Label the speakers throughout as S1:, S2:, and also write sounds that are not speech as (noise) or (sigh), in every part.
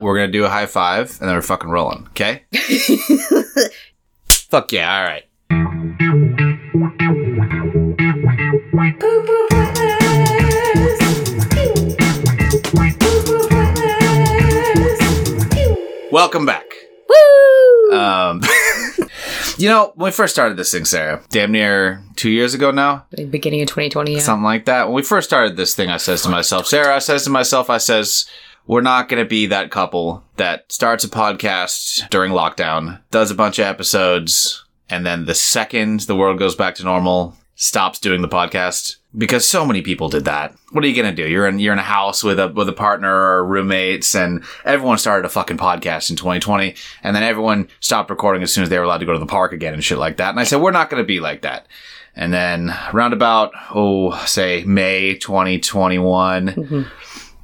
S1: We're gonna do a high five, and then we're fucking rolling. Okay? Fuck yeah! All right. Welcome back.
S2: Woo!
S1: Um, (laughs) you know, when we first started this thing, Sarah, damn near two years ago now,
S2: Like beginning of 2020. (laughs) Yeah.
S1: something like that. When we first started this thing, I says to myself, Sarah, I says to myself, I says, we're not going to be that couple that starts a podcast during lockdown, does a bunch of episodes, and then the second the world goes back to normal, stops doing the podcast because so many people did that. What are you going to do? You're in you're in a house with a with a partner or roommates and everyone started a fucking podcast in 2020 and then everyone stopped recording as soon as they were allowed to go to the park again and shit like that. And I said we're not going to be like that. And then roundabout, oh, say May 2021,
S2: Mhm.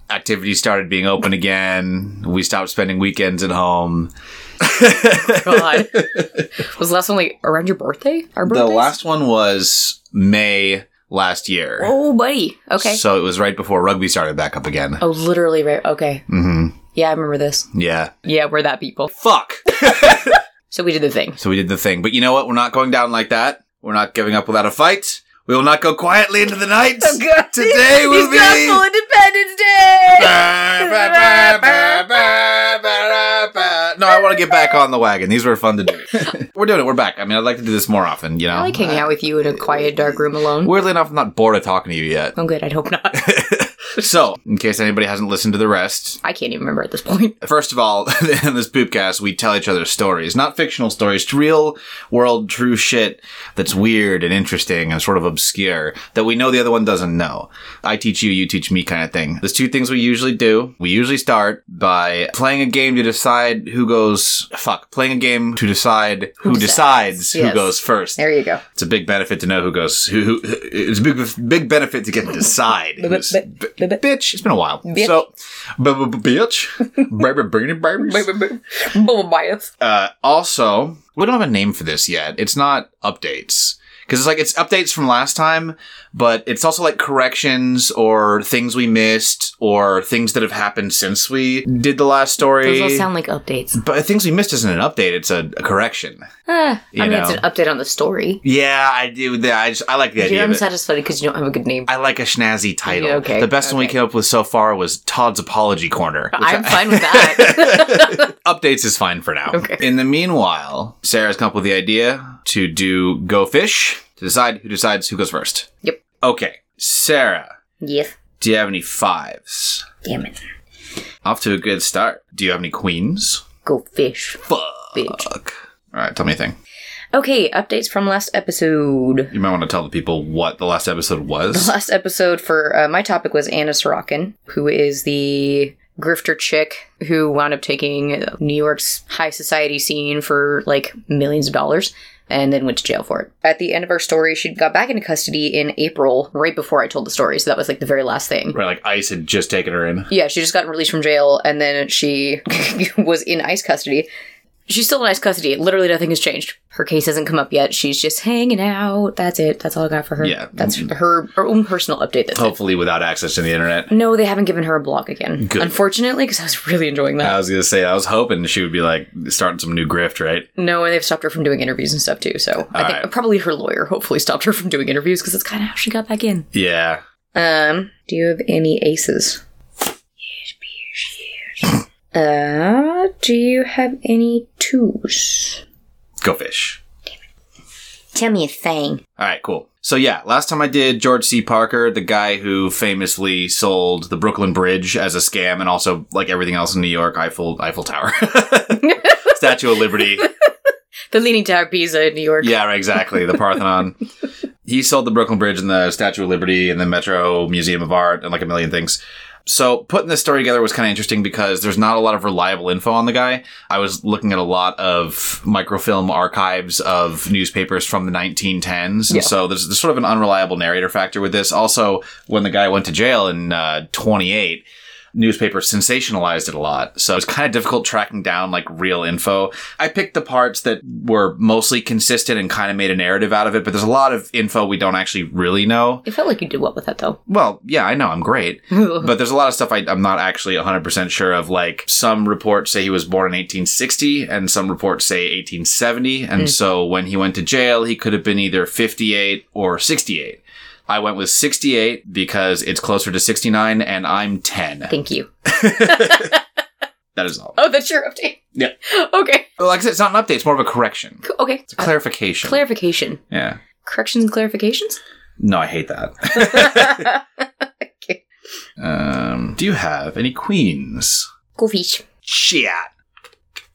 S1: activities started being open again. We stopped spending weekends at home.
S2: God. Was the last one like around your birthday? Our birthday?
S1: The last one was May last year.
S2: Oh, buddy. Okay.
S1: So it was right before rugby started back up again.
S2: oh, literally right. Okay.
S1: hmm
S2: Yeah, I remember this.
S1: Yeah.
S2: Yeah, we're that people.
S1: Fuck.
S2: So we did the thing.
S1: so we did the thing. But you know what? We're not going down like that. We're not giving up without a fight. We will not go quietly into the
S2: (laughs)
S1: night.
S2: Oh, God.
S1: Today will be.
S2: Successful Independence Day.
S1: No, I want to get back on the wagon. These were fun to
S2: (laughs)
S1: do. we're doing it. We're back. I mean, I'd like to do this more often, you know? Uh,
S2: I like hanging out with you in a quiet, dark room alone.
S1: Weirdly enough, I'm not bored of talking to you yet.
S2: I'm good. I'd hope not.
S1: (laughs) So, in case anybody hasn't listened to the rest,
S2: I can't even remember at this point.
S1: first of all, (laughs) in this poopcast, we tell each other stories. Not fictional stories, real world, true shit that's weird and interesting and sort of obscure that we know the other one doesn't know. I teach you, you teach me kind of thing. There's two things we usually do. We usually start by playing a game to decide who goes, fuck, playing a game to decide who,
S2: decides?
S1: decides,
S2: Yes.
S1: who goes first.
S2: There you go.
S1: It's a big benefit to know who goes. Who, who it's a big big benefit to get to decide.
S2: Bit-
S1: who's-
S2: bit-
S1: b-
S2: bit-
S1: (laughs)
S2: bit.
S1: bitch, it's been a while.
S2: Bitch.
S1: So, b- b- b- (laughs) bitch, baby, baby,
S2: Bubble bias.
S1: Uh Also, we don't have a name for this yet. It's not updates because it's like it's updates from last time, but it's also like corrections or things we missed or things that have happened since we did the last story.
S2: Those all sound like updates.
S1: but things we missed isn't an update; it's a, a correction.
S2: Ah, I
S1: You
S2: mean, it's
S1: know.
S2: an update on the story.
S1: Yeah, I do. that. I just I like the
S2: Dude,
S1: idea.
S2: I'm
S1: of it.
S2: satisfied because you don't have a good name.
S1: I like a schnazzy title.
S2: Yeah, okay,
S1: the best one we
S2: okay.
S1: came up with so far was Todd's Apology Corner. which
S2: I'm fine with that.
S1: (laughs) updates is fine for now.
S2: Okay.
S1: In the meanwhile, Sarah's come up with the idea to do Go Fish to decide who decides who goes first.
S2: Yep.
S1: Okay, Sarah,
S2: yes.
S1: do you have any fives?
S2: Damn it.
S1: Off to a good start. Do you have any queens?
S2: Go fish,
S1: Fuck.
S2: bitch.
S1: All right, tell me a thing.
S2: Okay, updates from last episode.
S1: You might want to tell the people what the last episode
S2: (laughs)
S1: was.
S2: Last episode for uh, my topic was Anna Sorokin, who is the grifter chick who wound up taking New York's high society scene for like millions of dollars and then went to jail for it. At the end of our story, she got back into custody in April, right before I told the story. So that was like the very last thing.
S1: Right, like ICE had just taken her in.
S2: Yeah, she just got released from jail and then she (laughs) was in ICE custody. She's still in ICE custody. Literally nothing has changed. Her case hasn't come up yet. She's just hanging out. That's it. That's all I got for her.
S1: Yeah.
S2: That's her, her own personal update. That's it.
S1: Hopefully, without access to the internet.
S2: No, they haven't given her a blog again.
S1: Good. Uh,
S2: Unfortunately, because I was really enjoying that.
S1: I was gonna say I was hoping she would be like starting some new grift, right?
S2: no, and they've stopped her from doing interviews and stuff too. So I think
S1: Alright.
S2: probably her lawyer hopefully stopped her from doing interviews because that's kind of how she got back in.
S1: Yeah.
S2: Um, do you have any aces?
S1: (laughs)
S2: Uh, do you have any twos?
S1: Go fish.
S2: Tell me a thing.
S1: All right, cool. So yeah, last time I did George C. Parker, the guy who famously sold the Brooklyn Bridge as a scam, and also like everything else in New York, Eiffel Eiffel Tower, (laughs) Statue of Liberty.
S2: The Leaning Tower of Pisa in New York.
S1: Yeah, right, exactly. The Parthenon.
S2: (laughs)
S1: he sold the Brooklyn Bridge and the Statue of Liberty and the Metro Museum of Art and like a million things. So putting this story together was kind of interesting because there's not a lot of reliable info on the guy. I was looking at a lot of microfilm archives of newspapers from the 1910s.
S2: Yeah.
S1: and So there's, there's sort of an unreliable narrator factor with this. Also, when the guy went to jail in uh, 28, newspapers sensationalized it a lot. So it's kind of difficult tracking down like real info. I picked the parts that were mostly consistent and kind of made a narrative out of it, but there's a lot of info we don't actually really know.
S2: It felt like you did well with that though. (laughs)
S1: Well, yeah, I know I'm great,
S2: Uh-huh.
S1: but there's a lot of stuff I, I'm not actually 100% sure of. Like some reports say he was born in 1860, and some reports say 1870. And
S2: Mm.
S1: so when he went to jail, he could have been either 58 or 68. I went with 68 because it's closer to 69, and I'm 10.
S2: Thank you.
S1: That is all.
S2: Oh, that's your update.
S1: Yeah.
S2: (laughs) Okay.
S1: Well, like I said, it's not an update. It's more of a correction.
S2: Cool. Okay.
S1: It's a
S2: Uh,
S1: clarification.
S2: clarification.
S1: yeah.
S2: Corrections
S1: (laughs)
S2: and clarifications. (laughs)
S1: No, I hate that.
S2: okay.
S1: um, do you have any queens?
S2: Cool fish.
S1: Shit.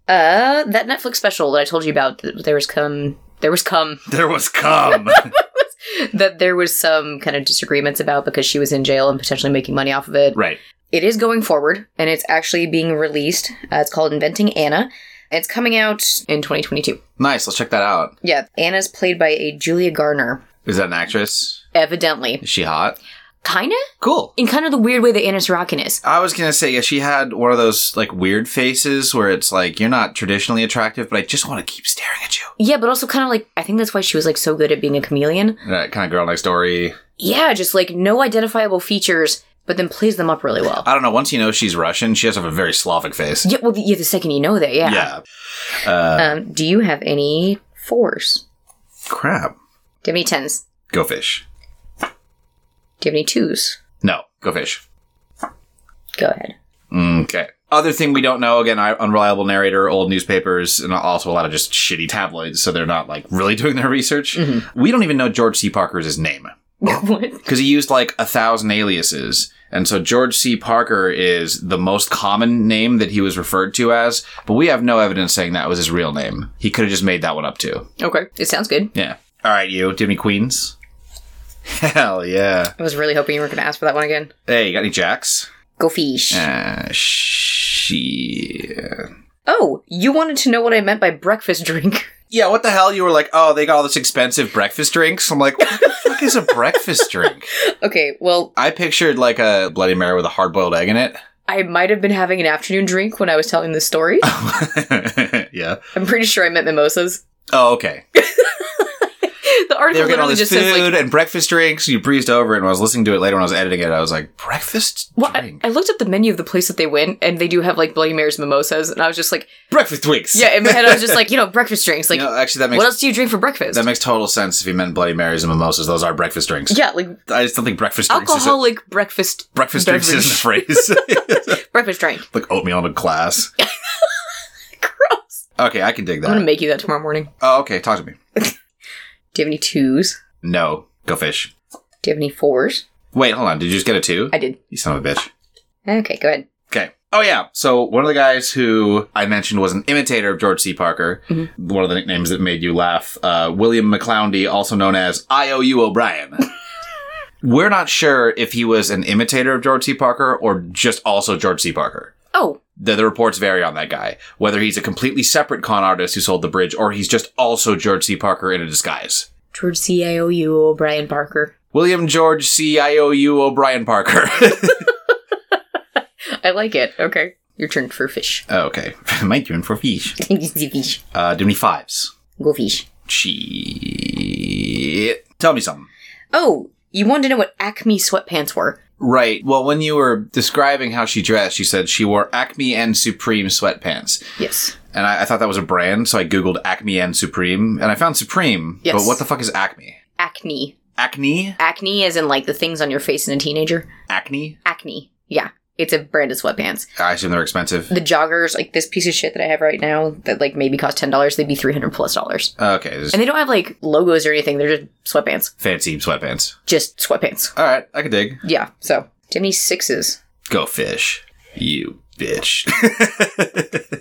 S2: Uh, that Netflix special that I told you about. th- There was come. There was come
S1: There was cum.
S2: (laughs)
S1: (laughs)
S2: that there was some kind of disagreements about because she was in jail and potentially making money off of it.
S1: right.
S2: It is going forward and it's actually being released. Uh, it's called Inventing Anna. It's coming out in 2022.
S1: Nice. Let's check that out.
S2: Yeah, Anna's played by a Julia Garner.
S1: Is that an actress?
S2: Evidently,
S1: Is she hot?
S2: kinda
S1: Cool.
S2: in kind of the weird way that Anna Sorokin is.
S1: I was gonna say, yeah, she had one of those like weird faces where it's like you're not traditionally attractive, but I just want to keep staring at you.
S2: Yeah, but also kind of like I think that's why she was like so good at being a chameleon.
S1: That kind of girl next story.
S2: Yeah, just like no identifiable features, but then plays them up really well.
S1: I don't know. Once you know she's Russian, she has to have a very Slavic face.
S2: Yeah, well, yeah. The second you know that, yeah.
S1: Yeah. Uh,
S2: Um, do you have any fours?
S1: crap.
S2: Do you have any tens?
S1: Go fish.
S2: Do you have any twos?
S1: No, go fish.
S2: Go ahead. (laughs)
S1: Okay. Other thing we don't know again, I, unreliable narrator, old newspapers, and also a lot of just shitty tabloids, so they're not like really doing their research. We don't even know George C. Parker's his name
S2: what?
S1: because he used like a thousand aliases. And so George C. Parker is the most common name that he was referred to as, but we have no evidence saying that was his real name. He could have just made that one up too.
S2: Okay, it sounds good.
S1: Yeah. All right, you. Do you have any queens? (laughs) Hell yeah.
S2: I was really hoping you were going to ask for that one again.
S1: Hey, you got any jacks?
S2: Go fish.
S1: Uh, she.
S2: Oh, you wanted to know what I meant by breakfast drink. (laughs)
S1: Yeah, what the hell? You were like, oh, they got all this expensive breakfast drinks. I'm like, what the fuck
S2: (laughs)
S1: is a breakfast drink?
S2: okay, well,
S1: I pictured like a Bloody Mary with a hard boiled egg in
S2: I might have been having an afternoon drink when I was telling this story.
S1: (laughs) it. (laughs) yeah.
S2: I'm pretty sure I meant mimosas. (laughs)
S1: Oh, okay.
S2: The
S1: They
S2: article
S1: were getting all
S2: literally
S1: this
S2: just
S1: food
S2: says like.
S1: and breakfast drinks. You breezed over it, and I was listening to it later when I was editing it. I was like, breakfast
S2: Well, I,
S1: drink,
S2: I looked up the menu of the place that they went, and they do have like Bloody Mary's mimosas, and I was
S1: (laughs)
S2: just like,
S1: breakfast drinks.
S2: yeah. In my head, I was just like, you know, breakfast drinks. Like,
S1: You know, actually, that
S2: what
S1: makes
S2: else do you drink for breakfast?
S1: that makes total sense if you meant Bloody Marys and mimosas. Those are breakfast drinks.
S2: yeah, like
S1: I just don't think breakfast drinks is a,
S2: alcoholic breakfast
S1: breakfast drinks is a phrase.
S2: (laughs)
S1: (laughs)
S2: breakfast drink.
S1: like oatmeal in a glass.
S2: Gross.
S1: Okay, I can dig
S2: I'm gonna
S1: that.
S2: make you that tomorrow morning.
S1: Oh, okay. Talk to me.
S2: Do you have any twos?
S1: No, go fish.
S2: Do you have any fours?
S1: Wait, hold on. Did you just get a two?
S2: I did.
S1: you son of a bitch.
S2: Okay, go ahead.
S1: Okay. Oh yeah. So one of the guys who I mentioned was an imitator of George C. Parker.
S2: Mhm.
S1: One of the nicknames that made you laugh, uh, William McClowney, also known as IOU O'Brien. We're not sure if he was an imitator of George C. Parker or just also George C. Parker.
S2: Oh,
S1: The, the reports vary on that guy, whether he's a completely separate con artist who sold the bridge or he's just also George C. Parker in a disguise.
S2: George C I O U O'Brien Parker.
S1: William George C. IOU O'Brien Parker. (laughs)
S2: I like it. Okay. Your turn for (laughs) fish.
S1: Oh, okay. (laughs) My turn for fish.
S2: fish.
S1: Uh, do we need fives?
S2: Go fish.
S1: Shit. Tell me something.
S2: Oh, you wanted to know what Acme sweatpants were.
S1: Right. Well, when you were describing how she dressed, she said she wore Acme and Supreme sweatpants.
S2: Yes.
S1: And I, I thought that was a brand, so I Googled Acme and Supreme, and I found Supreme.
S2: Yes.
S1: But what the fuck is Acme?
S2: Acne.
S1: Acne?
S2: Acne as in like the things on your face in a teenager.
S1: Acne?
S2: Acne. Yeah. It's a brand of sweatpants.
S1: I assume they're expensive.
S2: The joggers, like this piece of shit that I have right now that like maybe cost ten dollars, they'd be three hundred plus dollars.
S1: Okay, just
S2: And they don't have like logos or anything, they're just sweatpants.
S1: fancy sweatpants.
S2: Just sweatpants.
S1: All right, I can dig.
S2: Yeah. So Jimmy sixes.
S1: Go fish. You bitch.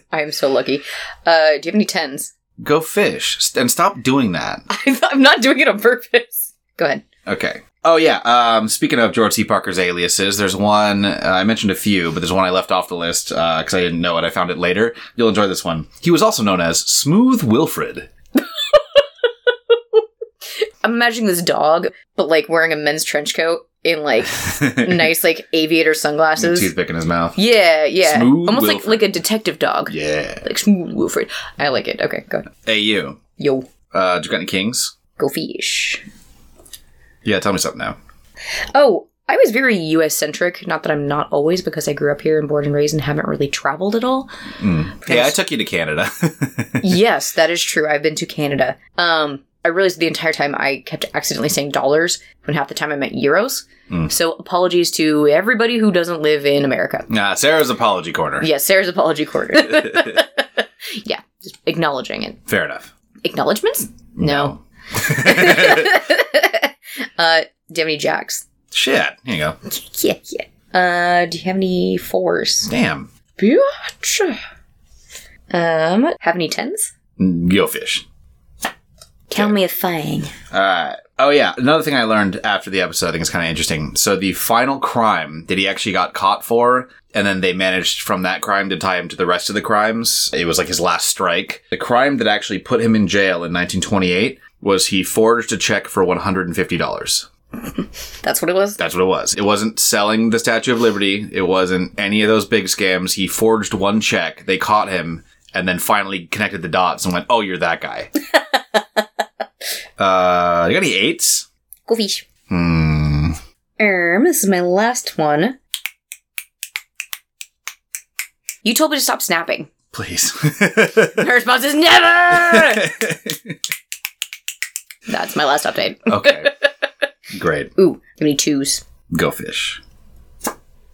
S1: (laughs)
S2: I am so lucky. Uh do you have any tens? (laughs)
S1: Go fish. St- And stop doing that.
S2: I'm not doing it on purpose. Go ahead.
S1: Okay. Oh yeah. Um, speaking of George C. Parker's aliases, there's one uh, I mentioned a few, but there's one I left off the list because I didn't know it. I found it later. You'll enjoy this (laughs) one. He was also known as Smooth Wilfred.
S2: I'm imagining this dog, but like wearing a men's trench coat
S1: (laughs)
S2: in like nice like aviator
S1: The
S2: sunglasses.
S1: toothpick in his mouth.
S2: Yeah, yeah.
S1: Smooth
S2: Almost like
S1: Wilfred.
S2: like a detective dog.
S1: Yeah.
S2: Like smooth Wilfred. I like it. Okay, go.
S1: Hey, you.
S2: Yo,
S1: Uh, did you got any kings?
S2: go fish.
S1: Yeah, tell me something now.
S2: Oh, I was very US centric. Not that I'm not always, because I grew up here and born and raised and haven't really traveled
S1: (laughs)
S2: at all.
S1: Hmm. Hey, I took you to Canada. (laughs)
S2: yes, that is true. I've been to Canada. Um, I realized the entire time I kept accidentally saying dollars when half the time I meant euros.
S1: Mm.
S2: So apologies to everybody who doesn't live in America.
S1: nah, Sarah's apology corner.
S2: Yes, Sarah's apology quarter. (laughs) yeah, just acknowledging it.
S1: Fair enough.
S2: Acknowledgements? No. (laughs) uh, do you have any jacks?
S1: Shit. Here you go.
S2: Yeah, yeah. Uh, do you have any fours?
S1: Damn.
S2: Bitch. Um, have any tens?
S1: Go fish.
S2: Tell me a thing.
S1: All right. Oh yeah. Another thing I learned after the episode, I think is kind of interesting. So the final crime that he actually got caught for, and then they managed from that crime to tie him to the rest of the crimes. It was like his last strike. The crime that actually put him in jail in 1928 was he forged a check for 150 dollars.
S2: That's what it was.
S1: That's what it was. It wasn't selling the Statue of Liberty. It wasn't any of those big scams. He forged one check. They caught him and then finally connected the dots and went, oh, you're that guy. (laughs) uh, you got any eights?
S2: Go fish.
S1: Hmm.
S2: Um, this is my last one. You told me to stop snapping.
S1: Please.
S2: Her response is never. That's my last update.
S1: (laughs) okay. Great.
S2: Ooh, give me twos.
S1: Go fish.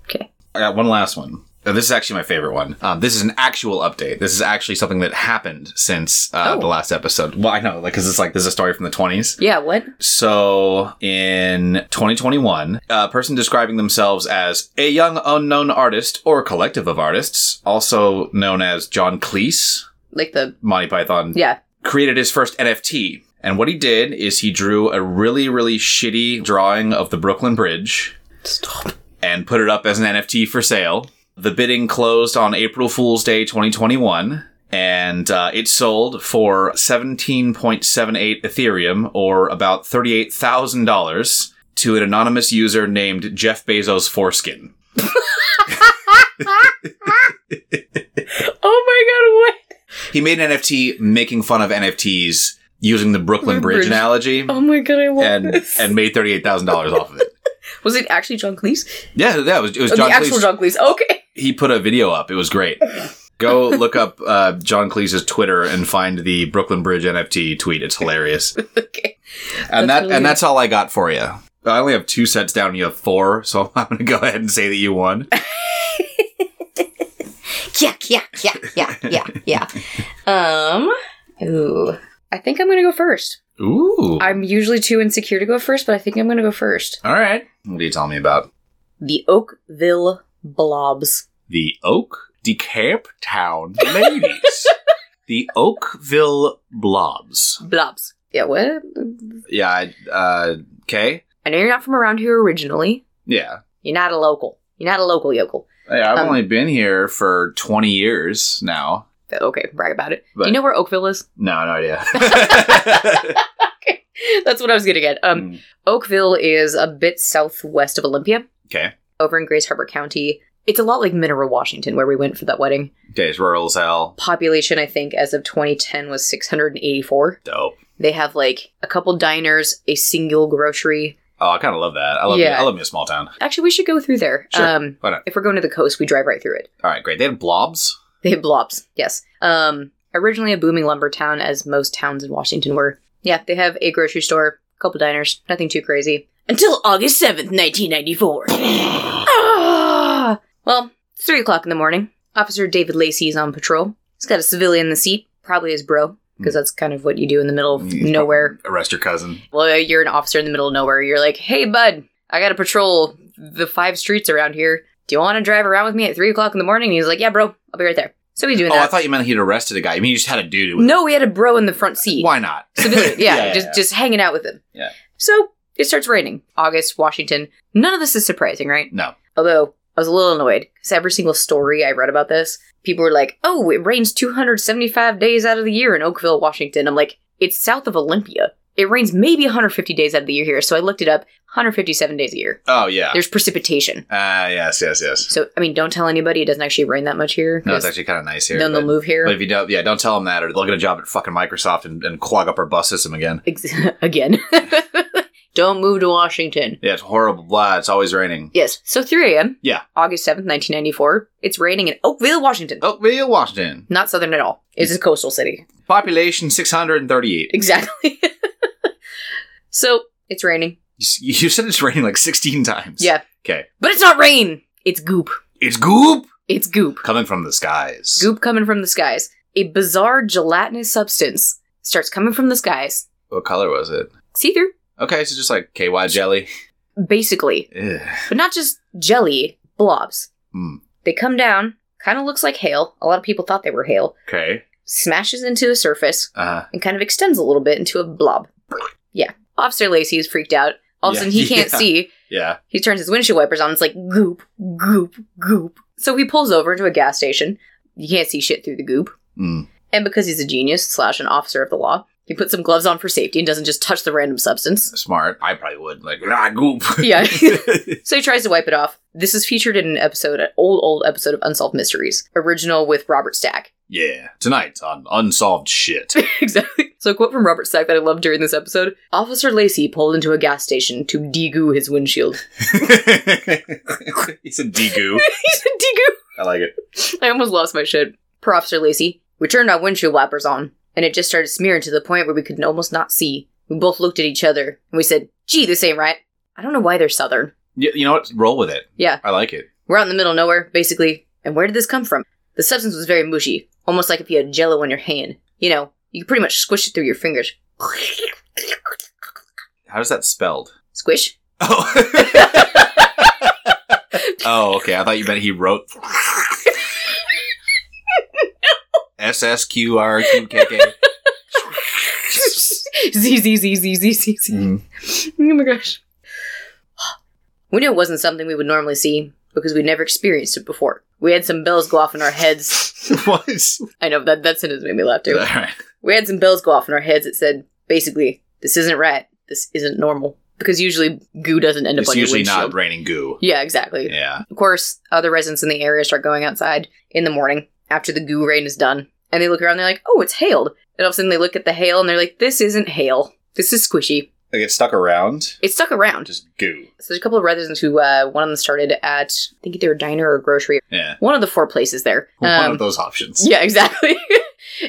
S2: Okay.
S1: I got one last one. Uh, This is actually my favorite one. Um, this is an actual update. This is actually something that happened since uh,
S2: Oh.
S1: the last episode. Well, I know, like, because it's like this is a story from the twenties.
S2: Yeah. What?
S1: So in 2021, a person describing themselves as a young unknown artist or collective of artists, also known as John Cleese,
S2: Like the
S1: Monty Python,
S2: yeah.
S1: created his first NFT. And what he did is he drew a really, really shitty drawing of the Brooklyn Bridge
S2: (laughs) Stop.
S1: and put it up as an NFT for sale. The bidding closed on April Fool's Day 2021, and uh, it sold for 17.78 Ethereum, or about $38,000, to an anonymous user named Jeff Bezos Foreskin.
S2: Oh
S1: He made an NFT making fun of NFTs using the Brooklyn Bridge,
S2: Bridge.
S1: analogy.
S2: my god! Oh my god! I want
S1: And,
S2: this.
S1: and made thirty eight thousand dollars off of it.
S2: was it actually John Cleese?
S1: Yeah, that was it was
S2: Oh,
S1: John
S2: the actual
S1: Cleese.
S2: John Cleese. Okay. (laughs)
S1: he put a video up. It was great. Go look up uh, John Cleese's Twitter and find the Brooklyn Bridge NFT tweet. It's
S2: (laughs)
S1: hilarious.
S2: Okay.
S1: And
S2: That's
S1: that
S2: really
S1: and
S2: good.
S1: that's all I got for you. I only have two sets down. You have four, so (laughs) I'm going to go ahead and say that you
S2: (laughs)
S1: won.
S2: Yeah. Yeah. Yeah. Yeah. Yeah. Yeah. Um. Ooh. I think I'm gonna go first.
S1: Ooh.
S2: I'm usually too insecure to go first, but I think I'm gonna go first.
S1: all right. What are you telling me about
S2: The Oakville Blobs.
S1: the Oak de Cape Town
S2: (laughs)
S1: ladies? the Oakville Blobs.
S2: Blobs. Yeah, what?
S1: Yeah. I- Uh, okay.
S2: I know you're not from around here originally.
S1: Yeah.
S2: You're not a local. You're not a local yokel.
S1: Yeah, I've
S2: Um,
S1: only been here for 20 years now.
S2: But Okay, brag about it.
S1: But-
S2: Do you know where Oakville is?
S1: No, no idea. (laughs)
S2: (laughs) That's what I was gonna get.
S1: Hmm.
S2: Um, Oakville is a bit southwest of Olympia,
S1: okay.
S2: over in Grace Harbor County. It's a lot like Mineral, Washington, where we went for that wedding.
S1: Okay, it's rural as hell.
S2: Population, I think, as of 2010 was 684.
S1: Dope.
S2: They have like a couple diners, a single grocery.
S1: Oh, I kind of love that. I love.
S2: Yeah.
S1: I love me a small town.
S2: Actually, we should go through there.
S1: Sure.
S2: Um,
S1: Why not?
S2: if we're going to the coast, we drive right through it.
S1: All right, great. They had blobs.
S2: (laughs) They had blobs, yes. Um, originally a booming lumber town, as most towns in Washington were. Yeah, they have a grocery store, a couple diners, nothing too crazy. Until August 7th, 1994. Ah! Well, it's 3 o'clock in the morning. Officer David Lacey is on patrol. He's got a civilian in the seat, probably his bro,
S1: Hmm.
S2: because that's kind of what you do in the middle of
S1: You
S2: nowhere.
S1: Arrest your cousin.
S2: Well, you're an officer in the middle of nowhere. You're like, hey, bud, I got to patrol the five streets around here. Do you want to drive around with me at three o'clock in the morning? And he's like, yeah, bro, I'll be right there. So he's doing
S1: Oh, I
S2: that.
S1: thought you meant he'd arrested a guy. I mean, you just had a dude. With
S2: no, we had a bro in the front seat.
S1: Why not?
S2: Civilian.
S1: (laughs)
S2: Yeah,
S1: yeah,
S2: just
S1: yeah.
S2: just hanging out with him.
S1: Yeah.
S2: So it starts raining. August, Washington. None of this is surprising, right?
S1: No.
S2: Although I was a little annoyed because every single story I read about this, people were like, "Oh, it rains 275 days out of the year in Oakville, Washington." I'm like, "It's south of Olympia. it rains maybe 150 days out of the year here. So I looked it up 157 days a year.
S1: Oh yeah.
S2: There's precipitation.
S1: Ah yes, yes, yes.
S2: So, I mean, don't tell anybody it doesn't actually rain that much here.
S1: No,
S2: 'cause
S1: it's actually kind of nice here.
S2: Then
S1: but-
S2: they'll move here
S1: But if you don't, yeah, don't tell them that, or they'll get a job at fucking Microsoft and, and clog up our bus system again.
S2: Ex- (laughs) again. don't move to Washington.
S1: Yeah, it's horrible. Blah, it's always raining.
S2: Yes. So 3 a.m.
S1: Yeah.
S2: August 7th, 1994. It's raining in Oakville, Washington.
S1: Oakville, Washington.
S2: Not southern at all. It's a coastal city. (laughs)
S1: Population 638.
S2: Exactly. (laughs) so it's raining,
S1: You s- You said it's raining like 16 times.
S2: Yeah.
S1: Okay.
S2: but it's not rain. It's goop.
S1: It's goop
S2: It's goop.
S1: coming from the skies.
S2: Goop coming from the skies. A bizarre gelatinous substance starts coming from the skies.
S1: What color was it?
S2: See through,
S1: Okay, so just like KY jelly.
S2: basically,
S1: Ugh.
S2: but not just jelly blobs.
S1: Mm.
S2: They come down. Kind of looks like hail. A lot of people thought they were hail.
S1: Okay.
S2: Smashes into a surface
S1: Uh,
S2: and kind of extends a little bit into a blob. Yeah. Officer Lacey is freaked out. All of a
S1: Yeah,
S2: sudden, he
S1: (laughs)
S2: can't
S1: yeah.
S2: see.
S1: yeah.
S2: He turns his windshield wipers on. It's like goop, goop, goop. So he pulls over into a gas station. You can't see shit through the goop.
S1: Mm.
S2: And because he's a genius slash an officer of the law, he puts some gloves on for safety and doesn't just touch the random substance.
S1: Smart. I probably would. Like, (laughs) ah, goop.
S2: Yeah. so he tries to wipe it off. This is featured in an episode, an old, old episode of Unsolved Mysteries, original with Robert Stack.
S1: (laughs) yeah. Tonight on Unsolved Shit. (laughs)
S2: (laughs) exactly. So a quote from Robert Stack that I loved during this episode Officer Lacey pulled into a gas station to degoo his windshield. (laughs)
S1: He's a degoo.
S2: he said degoo.
S1: I like it.
S2: I almost lost my shit. Per Officer Lacey, we turned our windshield wipers on, and it just started smearing to the point where we could almost not see. We both looked at each other, and we said, gee, this ain't right. I don't know why they're southern.
S1: You, you know what? Roll with it.
S2: Yeah.
S1: I like it.
S2: We're out in the middle of nowhere, basically, and where did this come from? The substance was very mushy, almost like if you had jello in your hand. You know, you could pretty much squish it through your fingers. (laughs)
S1: How is that spelled?
S2: Squish?
S1: Oh. (laughs) oh, okay. I thought you meant he wrote. S S Q R Q K K.
S2: (laughs) Z, Z, Z, Z, Z, Z, Z.
S1: Mm.
S2: Oh my gosh. We knew it wasn't something we would normally see because we'd never experienced it before. We had some bells go off in our heads.
S1: (laughs) What?
S2: I know that that sentence made me
S1: (laughs)
S2: laugh too.
S1: Alright.
S2: We had some bells go off in our heads that said, basically, this isn't right. This isn't normal. Because usually goo doesn't end up
S1: It's
S2: on your
S1: usually
S2: windshield.
S1: not raining goo.
S2: yeah, exactly.
S1: Yeah.
S2: Of course, other residents in the area start going outside in the morning after the goo rain is done. And they look around and they're like, oh, it's hailed. And all of a sudden they look at the hail and they're like, this isn't hail. This is squishy.
S1: They get stuck around.
S2: It's stuck around.
S1: Just goo.
S2: So there's a couple of residents who uh, one of them started at I think either a diner or a grocery,
S1: Yeah.
S2: one of the four places there.
S1: One
S2: Um,
S1: of those options.
S2: yeah, (laughs) exactly.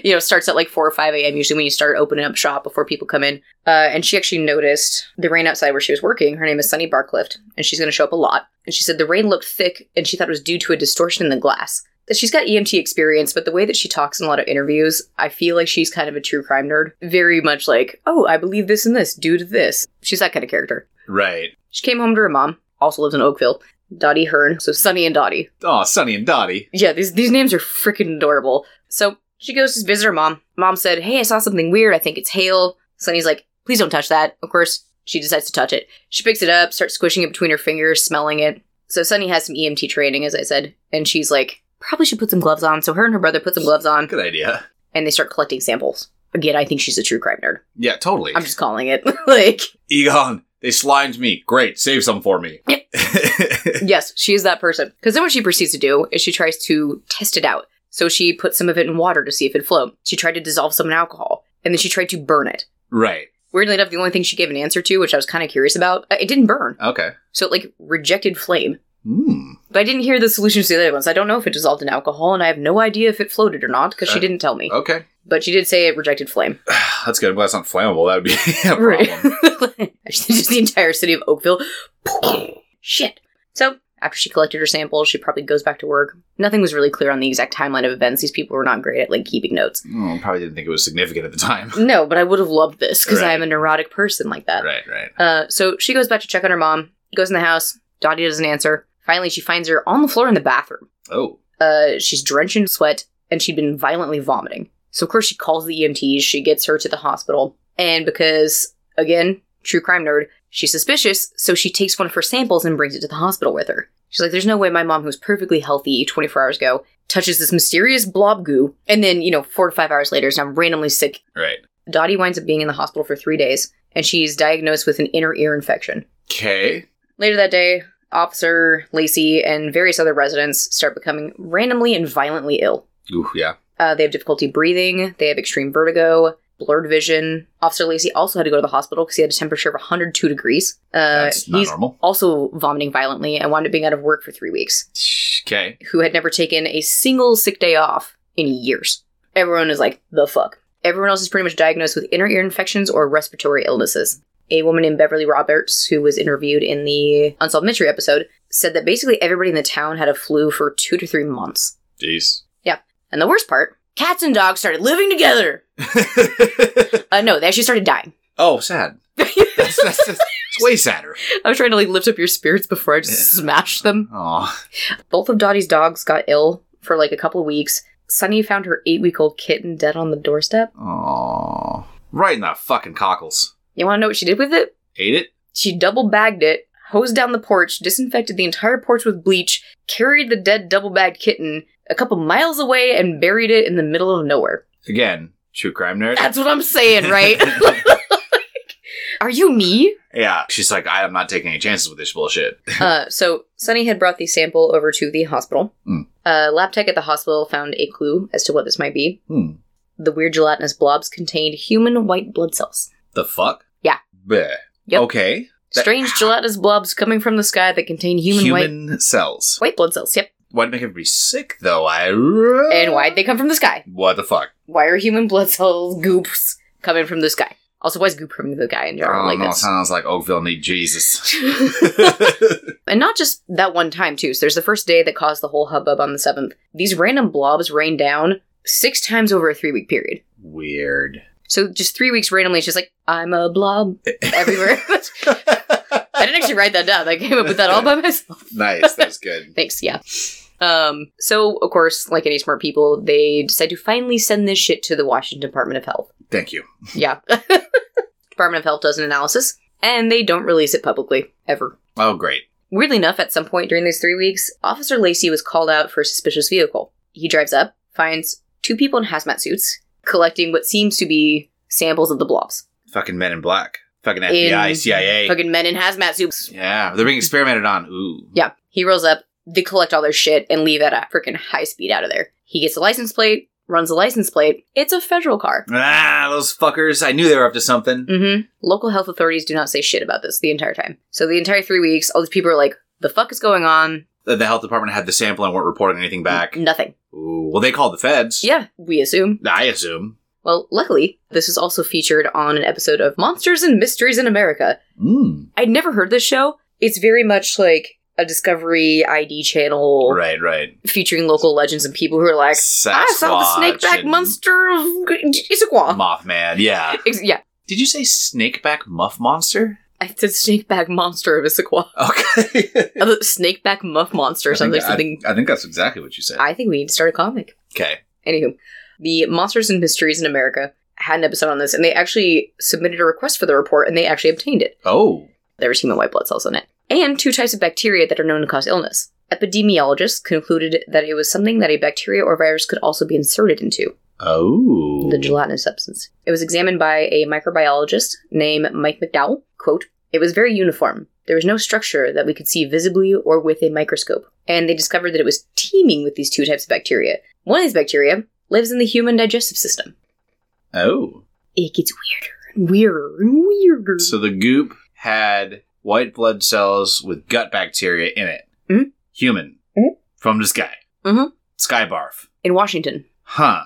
S2: you know, starts at like four or five a.m. Usually when you start opening up shop before people come in. Uh, and she actually noticed the rain outside where she was working. Her name is Sunny Barclift, and she's going to show up a lot. And she said the rain looked thick, and she thought it was due to a distortion in the glass. That She's got EMT experience, but the way that she talks in a lot of interviews, I feel like she's kind of a true crime nerd. Very much like, oh, I believe this and this due to this. She's that kind of character.
S1: Right.
S2: She came home to her mom, also lives in Oakville. Dottie Hearn, so Sunny and Dottie.
S1: Oh, Sunny and Dotty.
S2: Yeah, these these names are freaking adorable. So she goes to visit her mom. Mom said, "Hey, I saw something weird. I think it's hail." Sunny's like, "Please don't touch that." Of course, she decides to touch it. She picks it up, starts squishing it between her fingers, smelling it. So Sunny has some EMT training, as I said, and she's like, "Probably should put some gloves on." So her and her brother put some gloves on,
S1: Good idea.
S2: and they start collecting samples. Again, I think she's a true crime nerd.
S1: Yeah, totally.
S2: I'm just calling it. (laughs) like,
S1: Egon, they slimed me. Great. Save some for me.
S2: Yes, she is that person. Because then what she proceeds to do is she tries to test it out. So she put some of it in water to see if it float. She tried to dissolve some in alcohol, and then she tried to burn it.
S1: (laughs) right.
S2: Weirdly enough, the only thing she gave an answer to, which I was kind of curious about, uh, it didn't burn.
S1: Okay.
S2: So it like rejected flame.
S1: Hmm.
S2: But I didn't hear the solutions to the other ones. I don't know if it dissolved in alcohol, and I have no idea if it floated or not because she
S1: Uh,
S2: didn't tell me.
S1: Okay.
S2: But she did say it rejected flame.
S1: (sighs) That's good. Well, that's not flammable. That would be (laughs) a problem.
S2: Right.
S1: (laughs)
S2: (laughs) Actually, just the entire city of Oakville. (laughs) Shit. So, after she collected her samples, she probably goes back to work. Nothing was really clear on the exact timeline of events. These people were not great at like keeping notes.
S1: Mm, probably didn't think it was significant at the
S2: (laughs)
S1: time.
S2: No, but I would have loved this because
S1: Right.
S2: I am a neurotic person like that.
S1: right, right.
S2: Uh, so she goes back to check on her mom. Goes in the house. Dottie doesn't answer. Finally, she finds her on the floor in the bathroom.
S1: Oh,
S2: Uh, she's drenched in sweat and she'd been violently vomiting. So of course she calls the EMTs. She gets her to the hospital. And because again, true crime nerd, she's suspicious, so she takes one of her samples and brings it to the hospital with her. She's like, "There's no way my mom, who's perfectly healthy 24 hours ago, touches this mysterious blob goo, and then you know, four to five hours later is now randomly sick
S1: right.
S2: Dottie winds up being in the hospital for three days, and she's diagnosed with an inner ear infection.
S1: Okay.
S2: Later that day, Officer Lacey and various other residents start becoming randomly and violently ill.
S1: Ooh, yeah.
S2: Uh, they have difficulty breathing. They have extreme vertigo, blurred vision. Officer Lacey also had to go to the hospital because he had a temperature of 102 degrees. Uh,
S1: That's not
S2: he's
S1: normal.
S2: also vomiting violently and wound up being out of work for three weeks.
S1: Okay.
S2: Who had never taken a single sick day off in years. Everyone is like, the fuck. Everyone else is pretty much diagnosed with inner ear infections or respiratory illnesses. A woman named Beverly Roberts, who was interviewed in the Unsolved Mystery episode, said that basically everybody in the town had a flu for two to three months. (laughs)
S1: Jeez.
S2: And the worst part, cats and dogs started living together. Uh, no, they actually started dying.
S1: oh, sad.
S2: I (laughs)
S1: That's, that's, that's it's way sadder.
S2: was trying to like lift up your spirits before I just smashed them.
S1: Aw.
S2: Both of Dottie's dogs got ill for like a couple of weeks. Sunny found her eight-week-old kitten dead on the doorstep.
S1: Aw. Right in the fucking cockles.
S2: You want to know what she did with it?
S1: Ate it?
S2: She double bagged it, hosed down the porch, disinfected the entire porch with bleach, carried the dead double-bagged kitten a couple miles away, and buried it in the middle of nowhere.
S1: Again, true crime nerd.
S2: That's what I'm
S1: (laughs)
S2: saying, right? Are you me?
S1: yeah. She's like, I am not taking any chances with this bullshit.
S2: uh, so Sunny had brought the sample over to the hospital.
S1: Mm.
S2: Uh, lab tech at the hospital found a clue as to what this might be.
S1: Hmm.
S2: The weird gelatinous blobs contained human white blood cells.
S1: The fuck?
S2: Yeah.
S1: Bleh.
S2: Yep.
S1: Okay. That-
S2: Strange gelatinous blobs coming from the sky that contain human, white
S1: cells.
S2: white blood cells. Yep.
S1: Why'd it make everybody sick though? I
S2: And why'd they come from the sky?
S1: What the fuck?
S2: Why are human blood cells (laughs) goops coming from the sky? Also, why is goop from the guy in
S1: I
S2: general?
S1: don't
S2: Like
S1: know.
S2: that's
S1: Oh, Sounds like Oakville need
S2: (laughs)
S1: Jesus.
S2: And not just that one time, too. So there's the first day that caused the whole hubbub on the 7th. These random blobs rained down six times over a three week period.
S1: Weird.
S2: So just three weeks randomly, it's just like, I'm a
S1: (laughs)
S2: blob everywhere. (laughs) I didn't actually write that down. I came up with that all by myself.
S1: nice. That's good.
S2: Thanks, yeah. Um, so, of course, like any smart people, they decide to finally send this shit to the Washington Department of Health.
S1: Thank you.
S2: Yeah. (laughs) Department of Health does an analysis, and they don't release it publicly, ever.
S1: Oh, great.
S2: Weirdly enough, at some point during these three weeks, Officer Lacey was called out for a suspicious vehicle. He drives up, finds two people in hazmat suits, collecting what seems to be samples of the blobs.
S1: Fucking Men in Black. Fucking FBI,
S2: In-
S1: CIA.
S2: Fucking men in hazmat suits.
S1: yeah, they're being experimented on. Ooh.
S2: Yeah, he rolls up, they collect all their shit, and leave at a freaking high speed out of there. He gets a license plate, runs a license plate. It's a federal car.
S1: Ah, those fuckers. I knew they were up to something.
S2: hmm Local health authorities do not say shit about this the entire time. So the entire three weeks, all these people are like, the fuck is going on?
S1: The the health department had the sample and weren't reporting anything back.
S2: Nothing.
S1: Ooh. Well, they called the feds.
S2: Yeah, we assume.
S1: I assume.
S2: Well, luckily, this was also featured on an episode of Monsters and Mysteries in America.
S1: Mm.
S2: I'd never heard this show. It's very much like a Discovery ID channel
S1: Right, right.
S2: featuring local legends and people who are like, I saw the
S1: Sasquatch
S2: snakeback
S1: and
S2: monster of Issaquah.
S1: Mothman, yeah.
S2: Ex- yeah,
S1: Did you say snakeback muff monster?
S2: I said snakeback monster of Issaquah. (laughs)
S1: Okay.
S2: Uh, the snakeback muff monster (laughs) or something. something.
S1: I, think that's exactly what you said.
S2: I think we need to start a comic.
S1: okay.
S2: Anywho, the Monsters and Mysteries in America had an episode on this, and they actually submitted a request for the report, and they actually obtained it.
S1: Oh.
S2: there was human white blood cells in it, and two types of bacteria that are known to cause illness. Epidemiologists concluded that it was something that a bacteria or virus could also be inserted into
S1: Oh.
S2: the gelatinous substance. It was examined by a microbiologist named Mike McDowell. Quote, it was very uniform. There was no structure that we could see visibly or with a microscope. And they discovered that it was teeming with these two types of bacteria. One of these bacteria lives in the human digestive system.
S1: Oh.
S2: It gets weirder and weirder and weirder.
S1: So the goop had white blood cells with gut bacteria in it.
S2: Mhm.
S1: Human.
S2: Mhm.
S1: From the sky.
S2: Mhm.
S1: Sky barf.
S2: in Washington.
S1: Huh.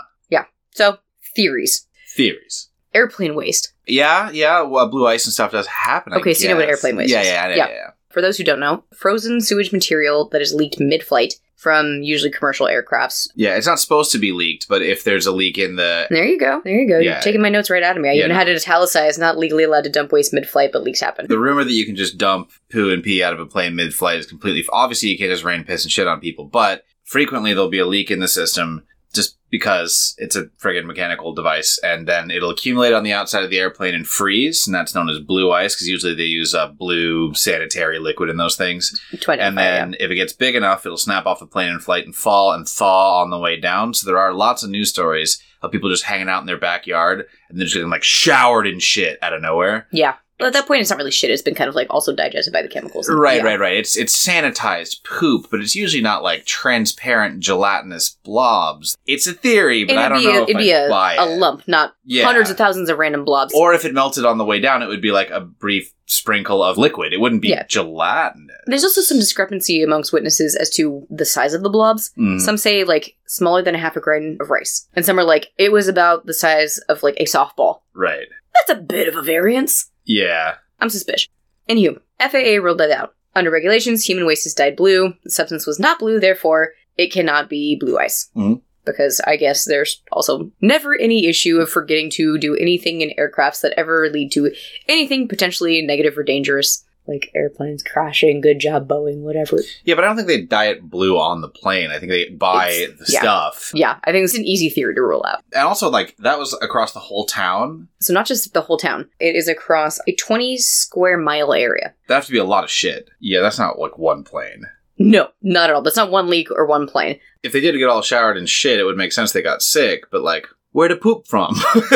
S2: So, theories.
S1: Theories.
S2: Airplane waste.
S1: Yeah, yeah. Well, blue ice and stuff does happen. I
S2: Okay, so you know what
S1: guess.
S2: airplane waste
S1: Yeah,
S2: is.
S1: yeah, yeah,
S2: Yeah.
S1: yeah, yeah.
S2: For those who don't know, frozen sewage material that is leaked mid flight from usually commercial aircrafts.
S1: Yeah, it's not supposed to be leaked, but if there's a leak in the
S2: There you go. There you go.
S1: Yeah.
S2: You're taking my notes right out of me. I
S1: Yeah,
S2: even
S1: no.
S2: had it italicized, not legally allowed to dump waste mid flight, but leaks happen.
S1: The rumor that you can just dump poo and pee out of a plane mid flight is completely. Obviously, you can't just rain piss and shit on people, but frequently there'll be a leak in the system just because it's a friggin' mechanical device, and then it'll accumulate on the outside of the airplane and freeze, and that's known as blue ice because usually they use uh, blue sanitary liquid in those things.
S2: To identify,
S1: And then if it gets big enough, it'll snap off the plane in flight and fall and thaw on the way down. So there are lots of news stories of people just hanging out in their backyard and then just getting like showered in shit out of nowhere.
S2: yeah. Well, at that point, it's not really shit. It's been kind of like also digested by the chemicals.
S1: Right,
S2: Yeah.
S1: right, right. It's it's sanitized poop, but it's usually not like transparent gelatinous blobs. It's a theory, but
S2: And
S1: I
S2: it'd
S1: don't
S2: be,
S1: know
S2: a,
S1: if
S2: it'd
S1: I
S2: be a,
S1: buy
S2: a
S1: it.
S2: lump, not
S1: Yeah.
S2: hundreds of thousands of random blobs.
S1: Or if it melted on the way down, it would be like a brief sprinkle of liquid. It wouldn't be
S2: Yeah.
S1: gelatinous.
S2: There's also some discrepancy amongst witnesses as to the size of the blobs.
S1: Mm.
S2: Some say like smaller than a half a grain of rice, and some are like it was about the size of like a softball.
S1: Right.
S2: That's a bit of a variance.
S1: Yeah.
S2: I'm suspicious. Anywho, FAA ruled that out. Under regulations, human waste is dyed blue. The substance was not blue, therefore, it cannot be blue ice.
S1: Mhm.
S2: Because I guess there's also never any issue of forgetting to do anything in aircrafts that ever lead to anything potentially negative or dangerous, like airplanes crashing, good job, Boeing, whatever.
S1: Yeah, but I don't think they dye it blue on the plane. I think they buy
S2: It's-
S1: the
S2: yeah.
S1: stuff.
S2: Yeah, I think it's an easy theory to rule out.
S1: And also, like, that was across the whole town.
S2: So, not just the whole town, it is across a 20 square mile area.
S1: That'd have to be a lot of shit. Yeah, that's not like one plane.
S2: No, not at all. That's not one leak or one plane.
S1: If they did get all showered in shit, it would make sense they got sick, but like, where to poop from? (laughs)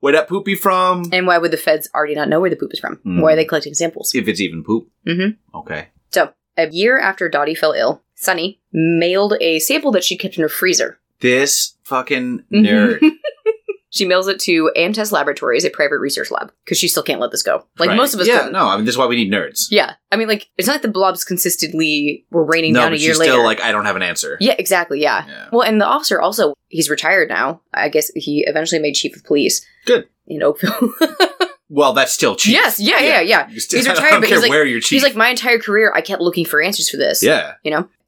S1: where that poopy from?
S2: And why would the feds already not know where the poop is from?
S1: Mm.
S2: Why are they collecting samples?
S1: if it's even poop.
S2: Mhm.
S1: Okay.
S2: So, a year after Dottie fell ill, Sunny mailed a sample that she kept in her freezer.
S1: This fucking
S2: Mm-hmm.
S1: nerd.
S2: (laughs) She mails it to Amtest Laboratories, a private research lab, because she still can't let this go. Like
S1: Right.
S2: most of us
S1: Yeah,
S2: couldn't.
S1: no, I mean, this is why we need nerds.
S2: Yeah. I mean, like, it's not like the blobs consistently were raining
S1: No,
S2: down
S1: but
S2: a year
S1: she's
S2: later.
S1: still like, I don't have an answer.
S2: yeah, exactly. Yeah.
S1: Yeah.
S2: Well, and the officer also, he's retired now. I guess he eventually made chief of police.
S1: Good.
S2: In Oakville.
S1: Well, that's still cheap. (laughs)
S2: (laughs) yes. Yeah, yeah, yeah.
S1: You still-
S2: He's
S1: (laughs) I
S2: retired,
S1: don't
S2: but
S1: care
S2: he's like-
S1: where you're cheap.
S2: He's like, my entire career, I kept looking for answers for this.
S1: yeah.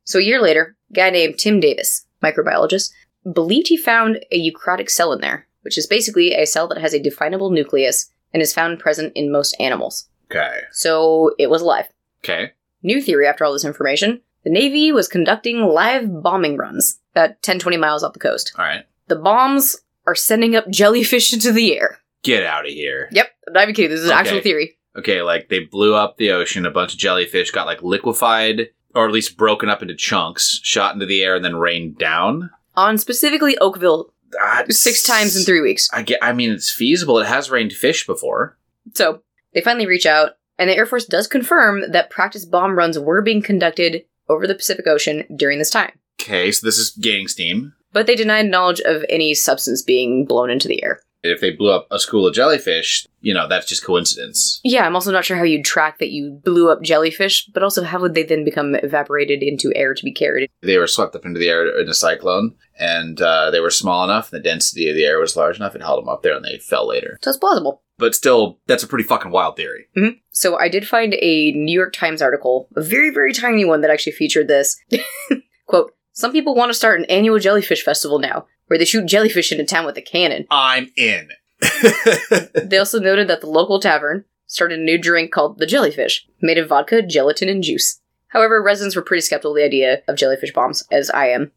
S2: So a year later, a guy named Tim Davis, microbiologist, believed he found a eukaryotic cell in there, which is basically a cell that has a definable nucleus and is found present in most animals.
S1: Okay.
S2: So it was alive.
S1: Okay.
S2: New theory after all this information. The Navy was conducting live bombing runs about 10 20 miles off the coast.
S1: All right.
S2: The bombs are sending up jellyfish (laughs) into the air.
S1: Get out of here.
S2: Yep, I'm not even kidding. This is an
S1: Okay.
S2: actual theory.
S1: okay, like they blew up the ocean, a bunch of jellyfish got like liquefied or at least broken up into chunks, shot into the air, and then rained down.
S2: On specifically Oakville,
S1: Ah,
S2: six times in three weeks.
S1: I get. I mean, it's feasible. It has rained fish before.
S2: So they finally reach out, and the Air Force does confirm that practice bomb runs were being conducted over the Pacific Ocean during this time.
S1: Okay, so this is gaining steam.
S2: But they denied knowledge of any substance being blown into the air.
S1: If they blew up a school of jellyfish, you know that's just coincidence.
S2: Yeah, I'm also not sure how you'd track that you blew up jellyfish, but also how would they then become evaporated into air to be carried?
S1: They were swept up into the air in a cyclone, and uh, they were small enough. The density of the air was large enough; it held them up there, and they fell later.
S2: So it's plausible.
S1: But still, that's a pretty fucking wild theory.
S2: hmm So I did find a New York Times article, a very, very tiny one that actually featured this. (laughs) Quote Some people want to start an annual jellyfish festival now, where they shoot jellyfish into town with a cannon.
S1: I'm (laughs) in.
S2: They also noted that the local tavern started a new drink called the jellyfish, made of vodka, gelatin, and juice. However, residents were pretty skeptical of the idea of jellyfish bombs, as I am.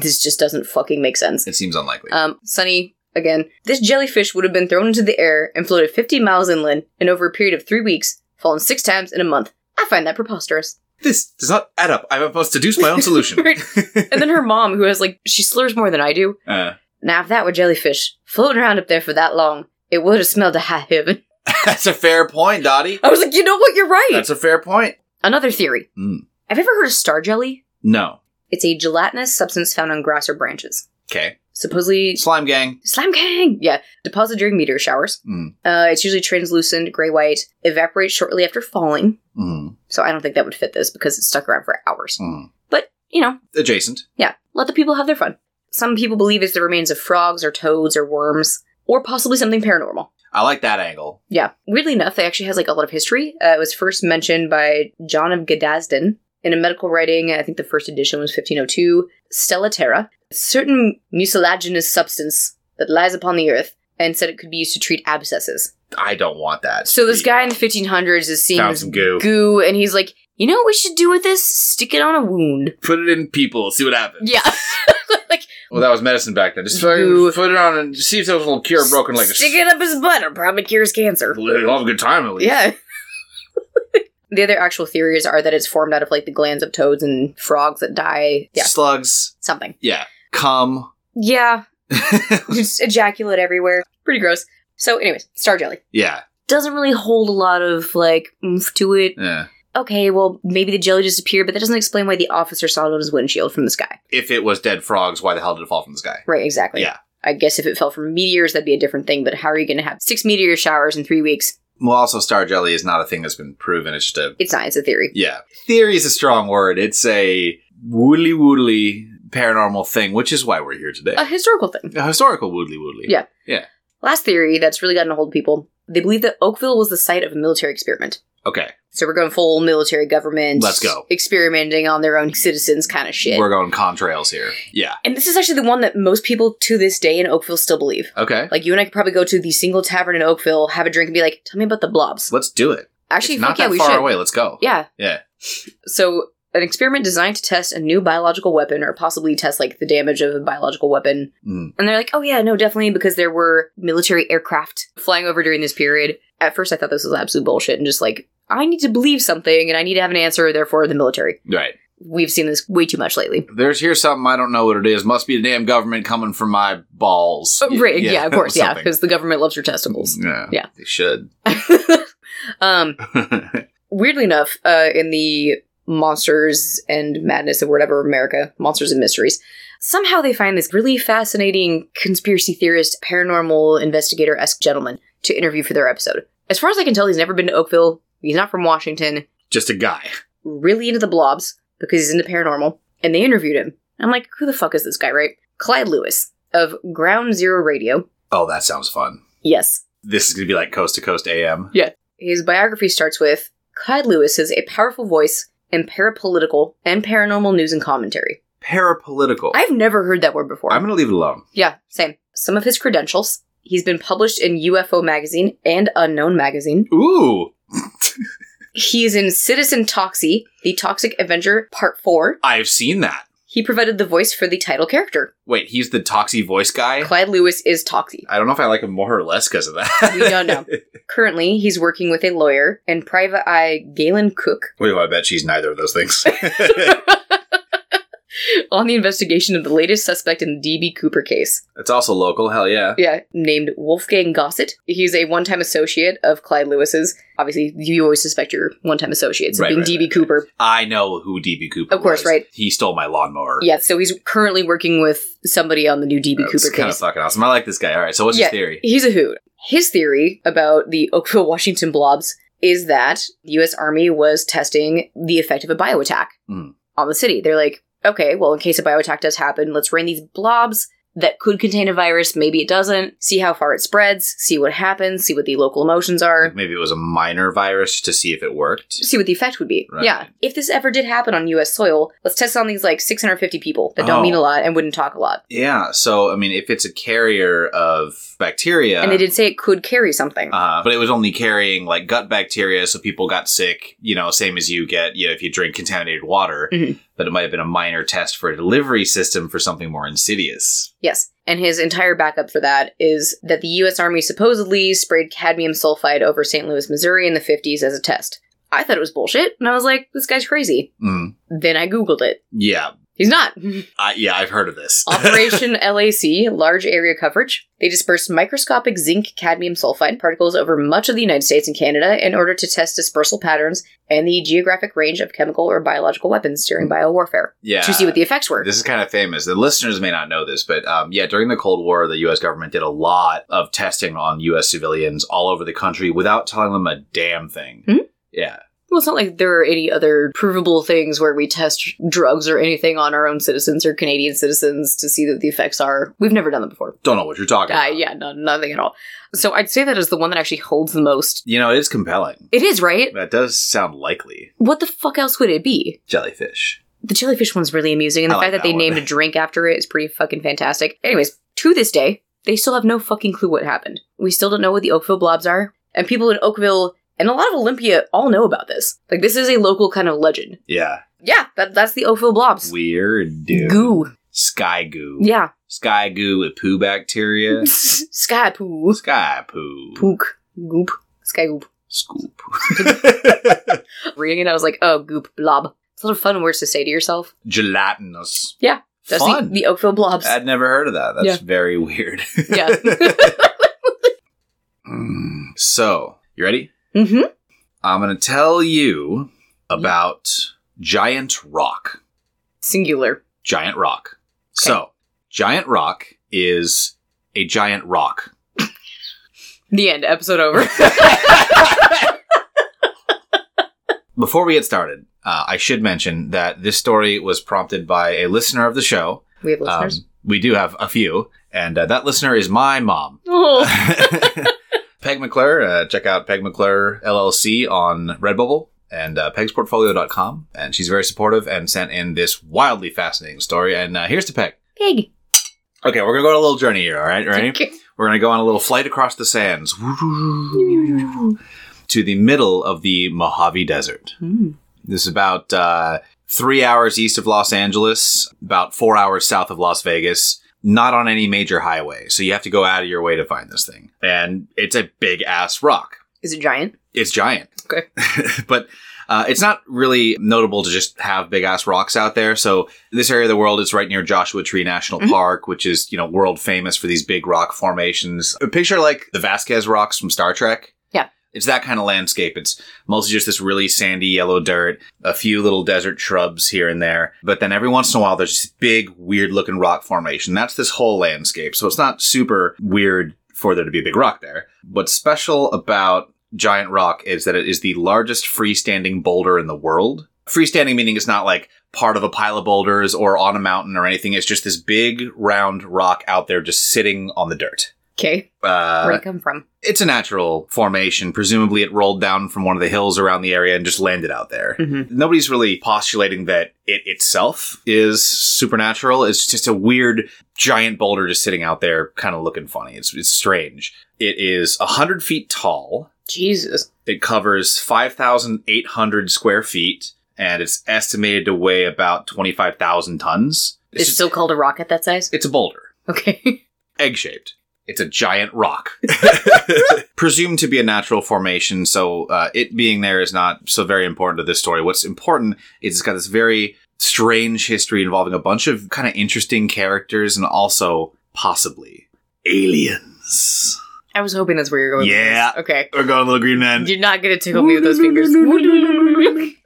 S2: This just doesn't fucking make sense.
S1: it seems unlikely.
S2: Um, Sunny, again, this jellyfish would have been thrown into the air and floated 50 miles inland, and over a period of three weeks, fallen six times in a month. I find that preposterous.
S1: This does not add up. I must deduce my own solution.
S2: (laughs) Right. and then her mom, who has like, she slurs more than I do.
S1: uh,
S2: Now, if that were jellyfish floating around up there for that long, it would have smelled a high heaven. (laughs)
S1: that's a fair point, Dottie.
S2: I was like, you know what? You're right.
S1: That's a fair point.
S2: Another theory.
S1: Mm.
S2: Have you ever heard of star jelly?
S1: No.
S2: It's a gelatinous substance found on grass or branches.
S1: Okay.
S2: Supposedly,
S1: Slime gang.
S2: slime gang! Yeah, deposited during meteor showers.
S1: Mm.
S2: Uh, it's usually translucent, gray white, evaporates shortly after falling.
S1: Mm.
S2: So I don't think that would fit this because it's stuck around for hours.
S1: Mm.
S2: But, you know,
S1: Adjacent.
S2: yeah, let the people have their fun. Some people believe it's the remains of frogs or toads or worms, or possibly something paranormal.
S1: I like that angle.
S2: Yeah. Weirdly enough, it actually has like a lot of history. Uh, it was first mentioned by John of Gadasden in a medical writing. I think the first edition was 1502. Stella Terra, a certain mucilaginous substance that lies upon the earth, and said it could be used to treat abscesses.
S1: I don't want that.
S2: So this guy in the 1500s is seeing
S1: found
S2: this
S1: some goo.
S2: goo, and he's like, you know what we should do with this? Stick it on a wound.
S1: Put it in people. See what happens.
S2: Yeah. (laughs) like
S1: Well, that was medicine back then. Just
S2: Boo.
S1: fucking put it on and see if there was a little cure broken leg.
S2: Mm-hmm.
S1: (laughs)
S2: stick it up his butt. It probably cures cancer.
S1: You'll have a good time at least.
S2: Yeah. the other actual theories are that it's formed out of like the glands of toads and frogs that die. Yeah,
S1: Slugs.
S2: something.
S1: Yeah. Cum. (laughs)
S2: Yeah, just ejaculate everywhere. Pretty gross. So, anyways, star jelly
S1: yeah.
S2: doesn't really hold a lot of like oomph to it.
S1: Yeah.
S2: Okay, well maybe the jelly disappeared, but that doesn't explain why the officer saw it on his windshield from the sky.
S1: If it was dead frogs, why the hell did it fall from the sky?
S2: Right, exactly.
S1: Yeah.
S2: I guess if it fell from meteors, that'd be a different thing. But how are you going to have six meteor showers in three weeks?
S1: Well, also, star jelly is not a thing that's been proven. It's just a
S2: It's not. It's a theory.
S1: Yeah. Theory is a strong word. It's a woodly woodly paranormal thing, which is why we're here today.
S2: A historical thing.
S1: a historical woodly woodly.
S2: Yeah. Last theory that's really gotten a hold of people. They believe that Oakville was the site of a military experiment.
S1: Okay.
S2: So we're going full military government.
S1: Let's go.
S2: Experimenting on their own citizens kind of shit.
S1: We're going contrails here. Yeah.
S2: and this is actually the one that most people to this day in Oakville still believe.
S1: Okay.
S2: Like you and I could probably go to the single tavern in Oakville, have a drink, and be like, "Tell me about the blobs."
S1: Let's do it.
S2: Actually,
S1: it's not
S2: fuck yeah,
S1: that
S2: we
S1: far
S2: should.
S1: away. Let's go.
S2: Yeah.
S1: Yeah.
S2: So, an experiment designed to test a new biological weapon or possibly test like the damage of a biological weapon.
S1: Mm.
S2: And they're like, "Oh yeah, no, definitely because there were military aircraft flying over during this period." At first, I thought this was absolute bullshit and just like, "I need to believe something and I need to have an answer, therefore the military."
S1: Right.
S2: We've seen this way too much lately.
S1: There's here's something I don't know what it is. Must be the damn government coming from my balls.
S2: Oh, right, yeah, of course,
S1: (laughs)
S2: yeah,
S1: Something.
S2: because the government loves your testicles.
S1: Yeah.
S2: Yeah.
S1: They should. (laughs) Mm.
S2: (laughs) um, weirdly enough, uh, in the Monsters and Madness of whatever America, Monsters and Mysteries, somehow they find this really fascinating conspiracy theorist, paranormal investigator esque gentleman to interview for their episode. As far as I can tell, he's never been to Oakville. He's not from Washington.
S1: Just a guy.
S2: Really into the blobs because he's into paranormal. And they interviewed him. I'm like, who the fuck is this guy, right? Clyde Lewis of Ground Zero Radio.
S1: Oh, that sounds fun.
S2: Yes,
S1: This is gonna be like coast to coast AM.
S2: His biography starts with Clyde Lewis is a powerful voice in parapolitical and paranormal news and commentary.
S1: Parapolitical.
S2: I've never heard that word before.
S1: I'm gonna leave it alone.
S2: yeah, same. Some of his credentials. He's been published in UFO Magazine and Unknown Magazine.
S1: Ooh.
S2: He's in Citizen Toxie, The Toxic Avenger Part 4.
S1: I've seen that.
S2: He provided the voice for the title character.
S1: Wait, he's the Toxie voice guy?
S2: Clyde Lewis is Toxie.
S1: I don't know if I like him more or less because of that.
S2: We don't know. Currently, he's working with a lawyer and private eye Galen Cook
S1: Wait, (laughs) well, I bet she's neither of those things. (laughs)
S2: (laughs) on the investigation of the latest suspect in the DB Cooper case.
S1: it's also local, hell yeah.
S2: Yeah, named Wolfgang Gossett. He's a one-time associate of Clyde Lewis's. Obviously, you always suspect your one-time associates of
S1: Right,
S2: being
S1: right,
S2: DB
S1: right,
S2: Cooper.
S1: I know who DB Cooper
S2: Of course,
S1: was.
S2: right.
S1: He stole my lawnmower.
S2: Yeah, so he's currently working with somebody on the new DB
S1: It's
S2: Cooper
S1: kind of
S2: case.
S1: fucking awesome. I like this guy. All right, so what's
S2: Yeah.
S1: his theory?
S2: He's a hoot. His theory about the Oakville, Washington blobs is that the U.S. Army was testing the effect of a bio attack
S1: Mm.
S2: on the city. They're like, okay, well, in case a bio attack does happen, let's rain these blobs that could contain a virus. Maybe it doesn't. See how far it spreads. See what happens. See what the local emotions are.
S1: Maybe it was a minor virus to see if it worked.
S2: see what the effect would be.
S1: Right.
S2: Yeah. If this ever did happen on US soil, let's test on these like 650 people that don't
S1: Oh.
S2: mean a lot and wouldn't talk a lot.
S1: Yeah, so, I mean, if it's a carrier of bacteria.
S2: and they did say it could carry something.
S1: Uh, but it was only carrying like gut bacteria, so people got sick, you know, same as you get, you know, if you drink contaminated water.
S2: Mhm.
S1: But it might have been a minor test for a delivery system for something more insidious.
S2: yes. And his entire backup for that is that the US Army supposedly sprayed cadmium sulfide over St. Louis, Missouri in the 50s as a test. I thought it was bullshit, and I was like, this guy's crazy.
S1: Mm.
S2: Then I Googled it.
S1: Yeah,
S2: He's not. (laughs)
S1: I, yeah, I've heard of this.
S2: Operation LAC, large area coverage. They dispersed microscopic zinc cadmium sulfide particles over much of the United States and Canada in order to test dispersal patterns and the geographic range of chemical or biological weapons during biowarfare
S1: (laughs) yeah,
S2: to see what the effects were.
S1: this is kind of famous. The listeners may not know this, but um, yeah, during the Cold War, the U.S. government did a lot of testing on U.S. civilians all over the country without telling them a damn thing.
S2: Hmm?
S1: Yeah,
S2: well, it's not like there are any other provable things where we test drugs or anything on our own citizens or Canadian citizens to see what the effects are. We've never done that before.
S1: don't know what you're talking
S2: Uh,
S1: about.
S2: yeah, no, nothing at all. So I'd say that is the one that actually holds the most.
S1: You know, it is compelling.
S2: It is, right?
S1: That does sound likely.
S2: What the fuck else would it be?
S1: Jellyfish.
S2: the jellyfish one's really amusing, and the
S1: I
S2: fact
S1: like
S2: that they
S1: that one.
S2: named a drink after it is pretty fucking fantastic. Anyways, to this day, they still have no fucking clue what happened. We still don't know what the Oakville blobs are, and people in Oakville and a lot of Olympia all know about this. Like this is a local kind of legend.
S1: Yeah.
S2: Yeah, that, that's the Oakville blobs.
S1: Weird, dude.
S2: Goo.
S1: sky goo.
S2: Yeah.
S1: Sky goo with poo bacteria.
S2: (laughs) Sky poo.
S1: sky poo.
S2: Pook. Goop. Sky goop.
S1: Scoop. (laughs)
S2: Reading it, I was like, oh, goop. Blob. It's a lot of fun words to say to yourself.
S1: Gelatinous.
S2: Yeah, That's
S1: Fun.
S2: The, the Oakville blobs.
S1: I'd never heard of that. That's
S2: Yeah.
S1: very weird. (laughs)
S2: Yeah.
S1: Mm. so, you ready?
S2: mm-hmm.
S1: I'm going to tell you about giant rock.
S2: Singular.
S1: Giant rock. So, giant rock is a giant rock.
S2: The end.
S1: (laughs)
S2: Episode over.
S1: Before we get started, uh, I should mention that this story was prompted by a listener of the show.
S2: we have
S1: Um,
S2: listeners.
S1: we do have a few, and uh, that listener is my mom.
S2: oh.
S1: (laughs) Peg McClure, uh, check out Peg McClure LLC on Redbubble and uh, pegsportfolio.com. And she's very supportive and sent in this wildly fascinating story. And uh, here's to Peg.
S2: Pig.
S1: Okay, we're going to go on a little journey here, all right? Ready? We're going to go on a little flight across the (laughs) sands to the middle of the Mojave Desert.
S2: Hmm.
S1: This is about uh, three hours east of Los Angeles, about four hours south of Las Vegas, not on any major highway. So you have to go out of your way to find this thing. And it's a big ass rock.
S2: Is it giant?
S1: It's giant.
S2: Okay.
S1: (laughs) but uh, it's not really notable to just have big ass rocks out there. So this area of the world is right near Joshua Tree National
S2: Mhm.
S1: Park, which is, you know, world famous for these big rock formations. Picture like the Vasquez rocks from Star Trek.
S2: Yeah.
S1: It's that kind of landscape. It's mostly just this really sandy yellow dirt, a few little desert shrubs here and there. But then every once in a while, there's this big, weird looking rock formation. That's this whole landscape. So it's not super weird for there to be a big rock there. What's special about Giant Rock is that it is the largest freestanding boulder in the world. Freestanding meaning it's not like part of a pile of boulders or on a mountain or anything. It's just this big round rock out there just sitting on the dirt.
S2: Okay.
S1: Uh,
S2: Where would it come from?
S1: It's a natural formation. Presumably, it rolled down from one of the hills around the area and just landed out there.
S2: Mhm.
S1: Nobody's really postulating that it itself is supernatural. It's just a weird giant boulder just sitting out there, kind of looking funny. It's, it's strange. It is 100 feet tall.
S2: Jesus.
S1: It covers 5,800 square feet and it's estimated to weigh about 25,000 tons. It's,
S2: It's,
S1: just-
S2: still called a rock at that size?
S1: it's a boulder,
S2: Okay. (laughs)
S1: egg shaped. It's a giant (laughs) rock. Presumed to be a natural formation, so uh, it being there is not so very important to this story. What's important is it's got this very strange history involving a bunch of kind of interesting characters and also possibly aliens.
S2: I was hoping that's where you're going. with
S1: Yeah.
S2: this. Okay.
S1: We're going, little green man.
S2: You're not gonna tickle me with those fingers. (laughs)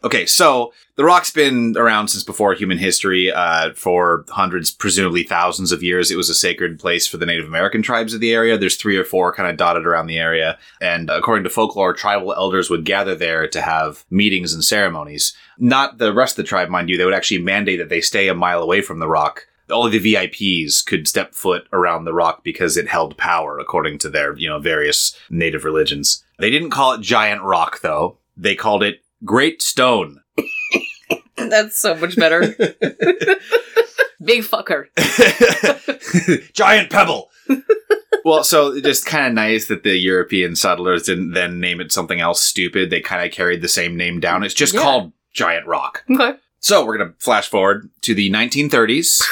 S1: Okay, so the rock's been around since before human history uh, for hundreds, presumably thousands of years. It was a sacred place for the Native American tribes of the area. There's three or four kind of dotted around the area. And according to folklore, tribal elders would gather there to have meetings and ceremonies. Not the rest of the tribe, mind you. They would actually mandate that they stay a mile away from the rock. Only the VIPs could step foot around the rock because it held power, according to their, you know, various native religions. They didn't call it giant rock, though. They called it Great Stone.
S2: (laughs) that's so
S1: (laughs)
S2: much better. Big fucker.
S1: Giant
S2: (laughs)
S1: pebble. well, so it's just kind of nice that the European settlers didn't then name it something else stupid. They kind of carried the same name down. It's just
S2: Yeah.
S1: called Giant Rock.
S2: Okay.
S1: So we're going to flash forward to the 1930s.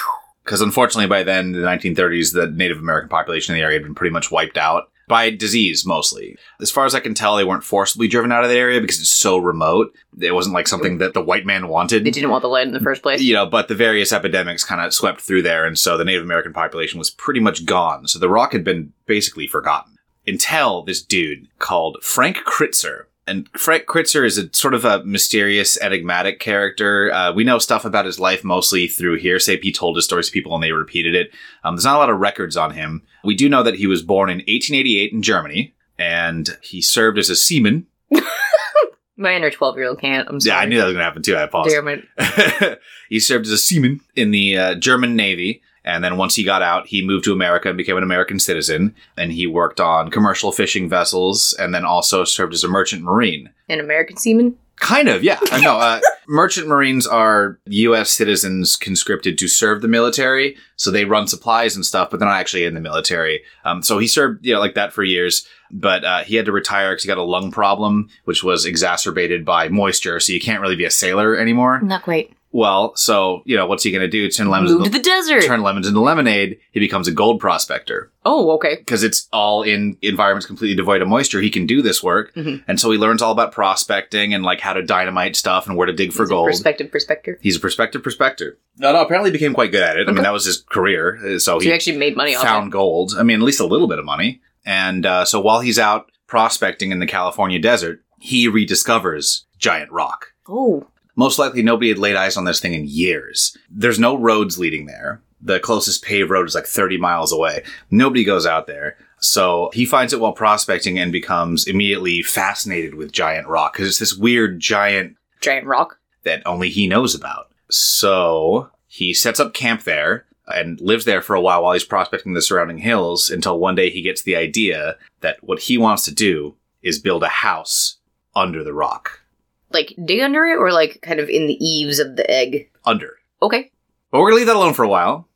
S1: Because unfortunately, by then, the 1930s, the Native American population in the area had been pretty much wiped out by disease mostly. As far as I can tell, they weren't forcibly driven out of the area because it's so remote. It wasn't like something that the white man wanted
S2: They didn't want the land in the first place.
S1: you know, but the various epidemics kind of swept through there, and so the Native American population was pretty much gone. So the rock had been basically forgotten until this dude called Frank Kritzer. And Frank Kritzer is a sort of a mysterious, enigmatic character. Uh, we know stuff about his life mostly through hearsay. He told his stories to people and they repeated it. Um, there's not a lot of records on him. We do know that he was born in 1888 in Germany, and he served as a seaman.
S2: My inner twelve year old can't. I'm sorry.
S1: Yeah, I knew that was going to happen too. I apologize.
S2: Damn it.
S1: (laughs) he served as a seaman in the uh, German Navy. And then once he got out, he moved to America and became an American citizen. And he worked on commercial fishing vessels and then also served as a merchant marine.
S2: An American seaman?
S1: Kind of, yeah. I know. Uh, merchant marines are U.S. citizens conscripted to serve the military. So they run supplies and stuff, but they're not actually in the military. Um, so he served, you know, like that for years. But uh, he had to retire because he got a lung problem, which was exacerbated by moisture. So you can't really be a sailor anymore.
S2: Not quite.
S1: Well, so you know what's he going to do? Turn lemons
S2: Move to
S1: into,
S2: the desert.
S1: turn lemons into lemonade. He becomes a gold prospector
S2: oh, okay.
S1: because it's all in environments completely devoid of moisture. He can do this work,
S2: Mhm.
S1: and so he learns all about prospecting and like how to dynamite stuff and where to dig for
S2: He's a
S1: gold.
S2: Perspective, perspective.
S1: He's a prospective prospector. No, no. Apparently, he became quite good at it. I mean,
S2: Okay.
S1: that was his career. uh, So
S2: So
S1: he
S2: he actually made money off
S1: found gold. I mean, at least a little bit of money. And uh, so while he's out prospecting in the California desert, he rediscovers giant rock.
S2: it. Oh,
S1: Most likely, nobody had laid eyes on this thing in years. There's no roads leading there. The closest paved road is like 30 miles away. Nobody goes out there. So he finds it while prospecting and becomes immediately fascinated with giant rock because it's this weird giant
S2: giant rock.
S1: that only he knows about. So he sets up camp there and lives there for a while while he's prospecting the surrounding hills until one day he gets the idea that what he wants to do is build a house under the rock.
S2: Like dig under it, or like kind of in the eaves of the egg.
S1: Under.
S2: (laughs) Okay.
S1: But we're going to leave that alone for a while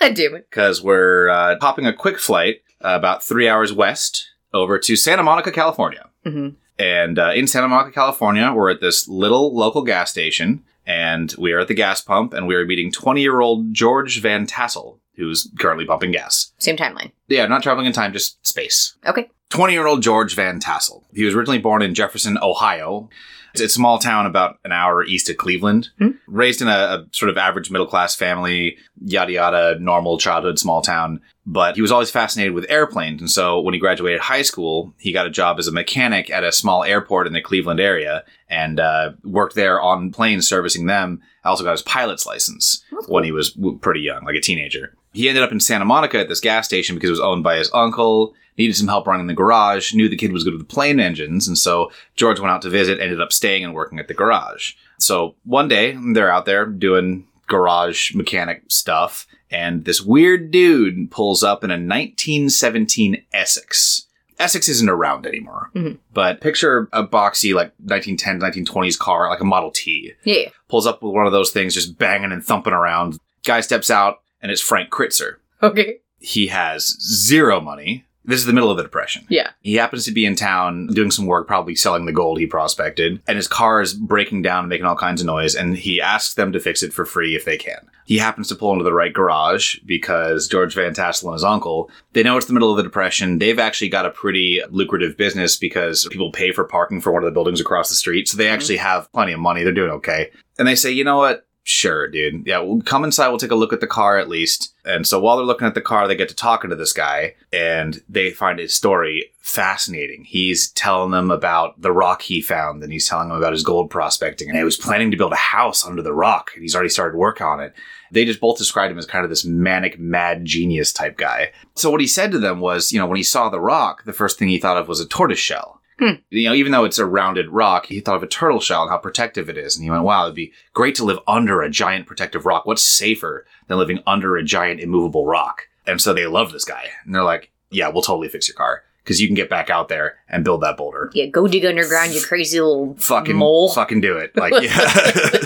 S2: Damn it.
S1: because we're uh, hopping a quick flight uh, about three hours west over to Santa Monica, California.
S2: hmm
S1: And uh, in Santa Monica, California, we're at this little local gas station, and we are at the gas pump, and we are meeting 20 year old George Van Tassel, who's currently pumping gas.
S2: Same timeline.
S1: Yeah, not traveling in time, just space.
S2: Okay.
S1: 20 year old George Van Tassel. He was originally born in Jefferson, Ohio. It's a small town about an hour east of Cleveland.
S2: Hmm.
S1: Raised in a, a sort of average middle class family, yada yada, normal childhood, small town. But he was always fascinated with airplanes. And so when he graduated high school, he got a job as a mechanic at a small airport in the Cleveland area and uh, worked there on planes servicing them. Also got his pilot's license
S2: That's
S1: when he was w- pretty young, like a teenager. He ended up in Santa Monica at this gas station because it was owned by his uncle, needed some help running the garage, knew the kid was good with the plane engines, and so George went out to visit, ended up staying and working at the garage. So one day, they're out there doing garage mechanic stuff, and this weird dude pulls up in a 1917 Essex. Essex isn't around anymore,
S2: Mhm.
S1: but picture a boxy, like 1910s, 1920s car, like a Model T
S2: Yeah. yeah.
S1: pulls up with one of those things, just banging and thumping around. Guy steps out, and it's Frank Kritzer.
S2: Okay.
S1: He has zero money. This is the middle of the Depression.
S2: Yeah.
S1: He happens to be in town doing some work, probably selling the gold he prospected, and his car is breaking down and making all kinds of noise, and he asks them to fix it for free if they can. He happens to pull into the right garage because George Van Tassel and his uncle, they know it's the middle of the Depression. They've actually got a pretty lucrative business because people pay for parking for one of the buildings across the street, so they actually have plenty of money. They're doing okay. And they say, you know what? Sure, dude. Yeah, we'll come inside. We'll take a look at the car at least. And so while they're looking at the car, they get to talking to this guy and they find his story fascinating. He's telling them about the rock he found and he's telling them about his gold prospecting. And he was planning to build a house under the rock and he's already started work on it. They just both described him as kind of this manic, mad genius type guy. So what he said to them was, you know, when he saw the rock, the first thing he thought of was a tortoise shell.
S2: Hmm.
S1: You know, even though it's a rounded rock, he thought of a turtle shell and how protective it is. And he went, wow, it'd be great to live under a giant protective rock. What's safer than living under a giant immovable rock? And so they love this guy. And they're like, yeah, we'll totally fix your car because you can get back out there and build that boulder.
S2: Yeah. Go dig underground, you crazy little
S1: Fucking
S2: mole.
S1: fucking do it. Like,
S2: (laughs)
S1: (laughs) yeah.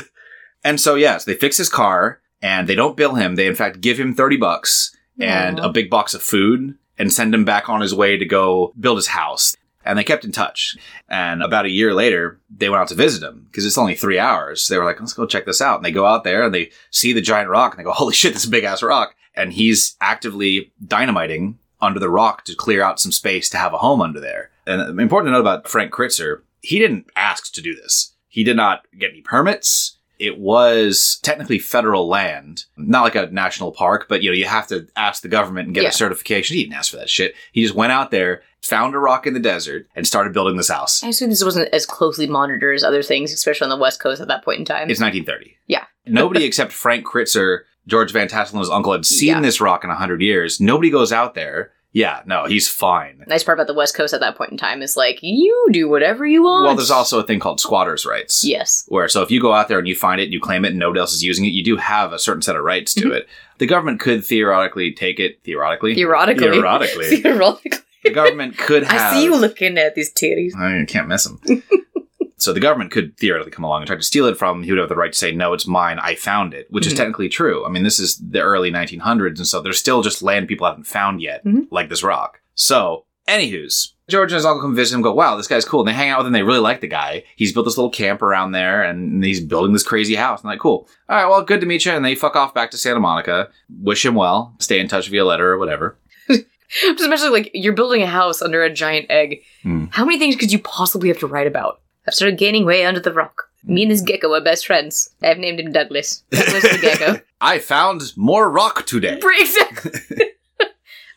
S1: and so, yes, they fix his car and they don't bill him. They, in fact, give him 30 bucks and
S2: Aw.
S1: a big box of food and send him back on his way to go build his house. And they kept in touch. And about a year later, they went out to visit him because it's only three hours. They were like, let's go check this out. And they go out there and they see the giant rock and they go, holy shit, this big ass rock. And he's actively dynamiting under the rock to clear out some space to have a home under there. And important to note about Frank Kritzer, he didn't ask to do this. He did not get any permits. It was technically federal land, not like a national park, but you know, you have to ask the government and get
S2: Yeah.
S1: a certification. He didn't ask for that shit. He just went out there, found a rock in the desert, and started building this house.
S2: I assume this wasn't as closely monitored as other things, especially on the West Coast at that point in time.
S1: It's 1930.
S2: Yeah.
S1: Nobody (laughs) except Frank Kritzer, George Van Tassel, and his uncle had seen
S2: Yeah.
S1: this rock in 100 years. Nobody goes out there. Yeah, no, he's fine.
S2: nice part about the West Coast at that point in time is like you do whatever you want.
S1: Well, there's also a thing called squatters' rights.
S2: yes.
S1: Where so if you go out there and you find it and you claim it and nobody else is using it, you do have a certain set of rights to
S2: Mhm.
S1: it. The government could theoretically take it theoretically.
S2: Theoretically. (laughs)
S1: Theoretically.
S2: Theoretically.
S1: the government could have
S2: I see you looking at these titties.
S1: I mean, you can't miss them. (laughs) so the government could theoretically come along and try to steal it from him. He would have the right to say, no, it's mine. I found it, which
S2: Mhm.
S1: is technically true. I mean, this is the early 1900s, and so there's still just land people haven't found yet,
S2: Mhm.
S1: like this rock. So Anywho's, George and his uncle come visit him. and Go, wow, this guy's cool. And they hang out with him. They really like the guy. He's built this little camp around there, and he's building this crazy house. And like, cool. All right, well, good to meet you. And they fuck off back to Santa Monica. Wish him well. Stay in touch via letter or whatever.
S2: Just imagine, like, you're building a house under a giant egg.
S1: Hmm.
S2: How many things could you possibly have to write about? I've started gaining weight under the rock. Me and this gecko are best friends. I've named him Douglas. Douglas the
S1: (laughs)
S2: gecko.
S1: I found more rock today.
S2: Pretty Exactly. (laughs)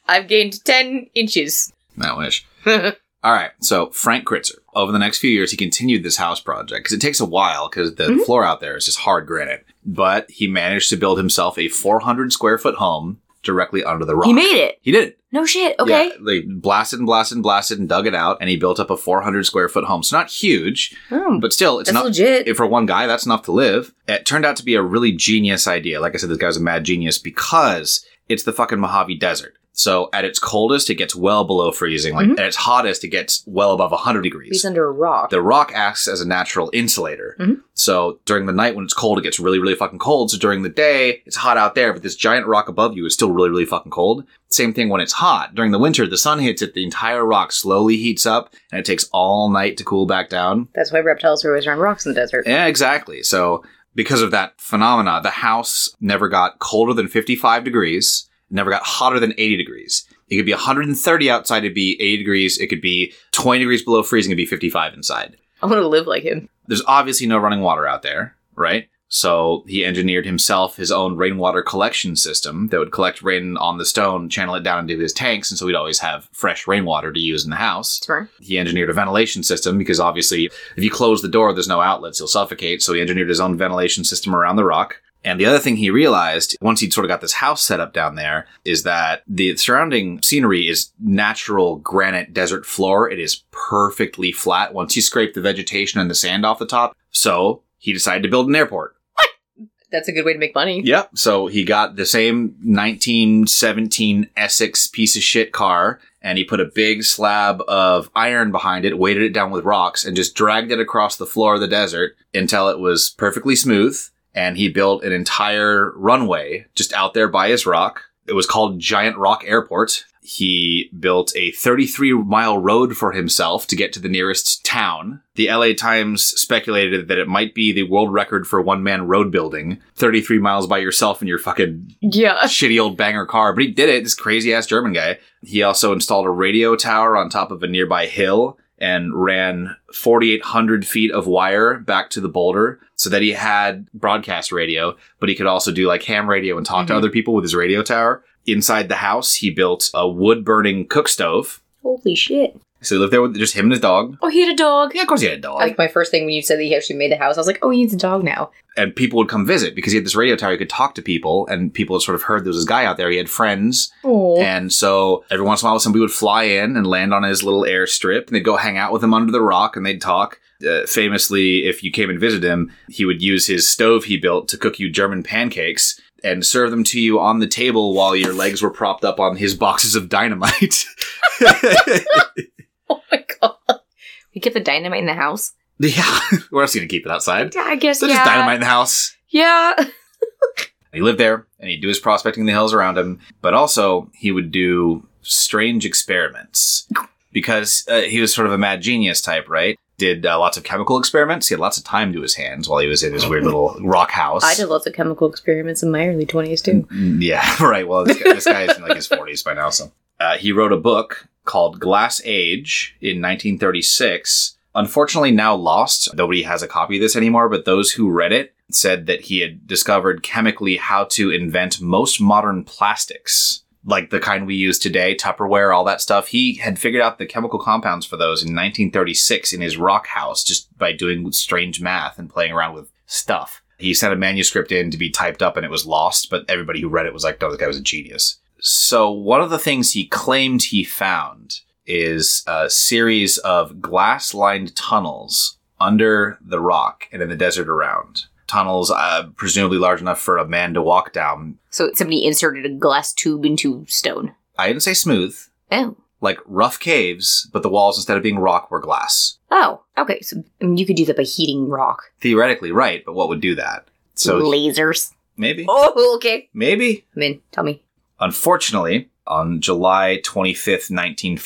S2: I've gained 10 inches. (laughs)
S1: Not wish.
S2: yeah,
S1: All right, so Frank Kritzer. Over the next few years, he continued this house project because it takes a while because the
S2: Mhm.
S1: floor out there is just hard granite. But he managed to build himself a 400 square foot home directly under the rock.
S2: he made it.
S1: He did it.
S2: No shit. Okay.
S1: Yeah, they blasted and blasted and blasted and dug it out, and he built up a 400 square foot home. So not huge,
S2: Oh,
S1: but still, it's
S2: that's
S1: not
S2: legit.
S1: if for one guy, that's enough to live. It turned out to be a really genius idea. Like I said, this guy's a mad genius because it's the fucking Mojave Desert. So at its coldest, it gets well below freezing. Like
S2: Mhm.
S1: at its hottest, it gets well above 100
S2: He's
S1: degrees.
S2: under a rock.
S1: The rock acts as a natural insulator.
S2: Mhm.
S1: So during the night when it's cold, it gets really, really fucking cold. So during the day, it's hot out there, but this giant rock above you is still really, really fucking cold. Same thing when it's hot. During the winter, the sun hits it, the entire rock slowly heats up, and it takes all night to cool back down.
S2: That's why reptiles are always around rocks in the desert.
S1: Yeah, exactly. So because of that phenomena, the house never got colder than 55 degrees, never got hotter than 80 degrees. It could be 130 outside, it'd be 80 degrees. It could be 20 degrees below freezing, it'd be 55 inside.
S2: I want to live like him.
S1: There's obviously no running water out there, right? So he engineered himself his own rainwater collection system that would collect rain on the stone, channel it down into his tanks, and so he'd always have fresh rainwater to use in the house
S2: Smart.
S1: he engineered a ventilation system because obviously if you close the door there's no outlets you'll suffocate so he engineered his own ventilation system around the rock and the other thing he realized once he'd sort of got this house set up down there is that the surrounding scenery is natural granite desert floor it is perfectly flat once you scrape the vegetation and the sand off the top so he decided to build an airport
S2: That's a good way to make money.
S1: Yep. So he got the same 1917 Essex piece of shit car and he put a big slab of iron behind it, weighted it down with rocks, and just dragged it across the floor of the desert until it was perfectly smooth. And he built an entire runway just out there by his rock. It was called Giant Rock Airport. He built a 33 mile road for himself to get to the nearest town. The LA Times speculated that it might be the world record for one man road building 33 miles by yourself in your fucking
S2: (laughs) Yeah.
S1: shitty old banger car. But he did it, this crazy ass German guy. He also installed a radio tower on top of a nearby hill and ran 4,800 feet of wire back to the boulder so that he had broadcast radio, but he could also do like ham radio and talk to
S2: Mhm.
S1: other people with his radio tower. Inside the house, he built a wood burning cook stove.
S2: Holy shit.
S1: So he lived there with just him and his dog.
S2: Oh, he had a dog.
S1: Yeah, of course he had a dog.
S2: Like my first thing when you said that he actually made the house, I was like, oh, he needs a dog now.
S1: and people would come visit because he had this radio tower. He could talk to people, and people had sort of heard there was this guy out there. He had friends.
S2: Oh.
S1: And so every once in a while, somebody would fly in and land on his little airstrip, and they'd go hang out with him under the rock, and they'd talk. Uh, famously, if you came and visited him, he would use his stove he built to cook you German pancakes and serve them to you on the table while your legs were propped up on his boxes of dynamite.
S2: (laughs)
S1: (laughs)
S2: oh my god. We get the dynamite in the house.
S1: yeah, (laughs) we're also gonna keep it outside.
S2: Yeah, I guess.
S1: So
S2: yeah.
S1: just dynamite in the house.
S2: Yeah.
S1: He lived there and he'd do his prospecting in the hills around him, but also he would do strange experiments because uh, he was sort of a mad genius type, right? Did uh, lots of chemical experiments. He had lots of time to his hands while he was in his weird little rock house.
S2: I did lots of chemical experiments in my early 20s too.
S1: Mm, Yeah, (laughs) right. Well, this guy, this guy is in like his 40s by now. So uh, he wrote a book called Glass Age in 1936. Unfortunately, now lost. Nobody has a copy of this anymore, but those who read it said that he had discovered chemically how to invent most modern plastics, like the kind we use today, Tupperware, all that stuff. He had figured out the chemical compounds for those in 1936 in his rock house just by doing strange math and playing around with stuff he sent a manuscript in to be typed up and it was lost, but everybody who read it was like, no, this guy was a genius. So one of the things he claimed he found is a series of glass lined tunnels under the rock and in the desert around. Tunnels, uh, presumably large enough for a man to walk down.
S2: So somebody inserted a glass tube into stone.
S1: I didn't say smooth,
S2: Oh.
S1: like rough caves, but the walls, instead of being rock, were glass.
S2: Oh. Okay. So I mean, you could do that by heating rock.
S1: Theoretically, right, but what would do that? So
S2: Lasers.
S1: maybe,
S2: Oh, okay. (laughs)
S1: maybe
S2: Come in. Tell me.
S1: Unfortunately, on July 25th,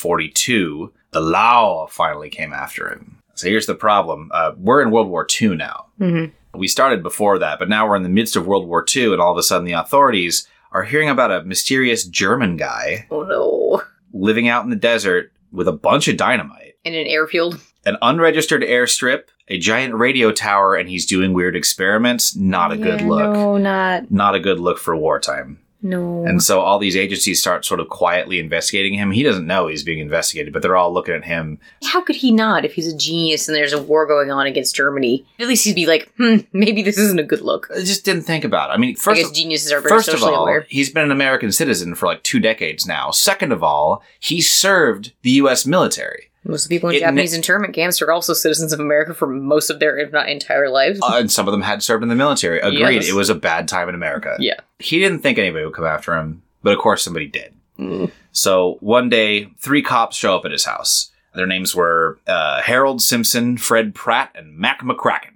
S1: 1942, the law finally came after him. So here's the problem. Uh, we're in World War II now.
S2: Mhm.
S1: We started before that, but now we're in the midst of World War II, and all of a sudden the authorities are hearing about a mysterious German guy
S2: Oh no.
S1: living out in the desert with a bunch of dynamite
S2: In an airfield.
S1: an unregistered airstrip, a giant radio tower, and he's doing weird experiments. Not a good
S2: Yeah,
S1: look.
S2: No, not
S1: Not a good look for wartime.
S2: no.
S1: And so all these agencies start sort of quietly investigating him. He doesn't know he's being investigated, but they're all looking at him.
S2: How could he not if he's a genius and there's a war going on against Germany? At least he'd be like, hmm, maybe this isn't a good look.
S1: I just didn't think about it. I mean,
S2: I
S1: first,
S2: guess
S1: of,
S2: geniuses are very
S1: first of
S2: socially
S1: all,
S2: aware.
S1: he's been an American citizen for like two decades now. Second of all, he served the U.S.
S2: (laughs)
S1: military.
S2: Most of the people in
S1: it ma-
S2: Japanese internment camps are also citizens of America for most of their, if not entire lives.
S1: Uh, and some of them had served in the military. Agreed.
S2: Yes.
S1: It was a bad time in America.
S2: Yeah.
S1: He didn't think anybody would come after him, but of course somebody did.
S2: Mm.
S1: So one day, three cops show up at his house. Their names were uh, Harold Simpson, Fred Pratt, and Mac McCracken.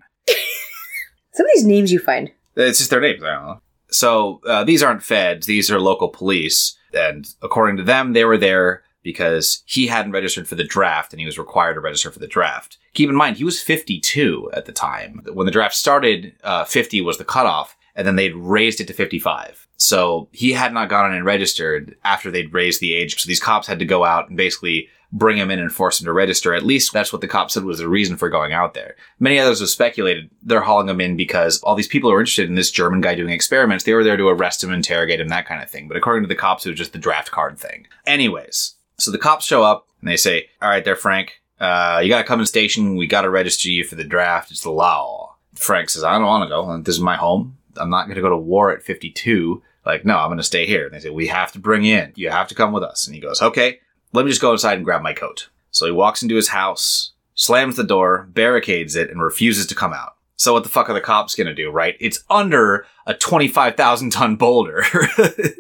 S2: Some of these names you find.
S1: It's just their names. I don't know. So uh, these aren't feds; these are local police. And according to them, they were there because he hadn't registered for the draft, and he was required to register for the draft. Keep in mind, he was 52 at the time when the draft started. Uh, 50 was the cutoff, and then they'd raised it to 55. So he had not gone in and registered after they'd raised the age. So these cops had to go out and basically bring him in and force him to register. At least that's what the cops said was the reason for going out there. Many others have speculated they're hauling him in because all these people are interested in this German guy doing experiments. They were there to arrest him, interrogate him, that kind of thing. But according to the cops, it was just the draft card thing. Anyways, so the cops show up and they say, All right, there, Frank, uh, you got to come in station. We got to register you for the draft. It's the law. Frank says, I don't want to go. This is my home. I'm not going to go to war at 52. Like, no, I'm going to stay here. And they say, We have to bring you in. You have to come with us. And he goes, Okay let me just go inside and grab my coat. So he walks into his house, slams the door, barricades it, and refuses to come out. So what the fuck are the cops gonna do, right? It's under a 25,000 ton boulder. (laughs)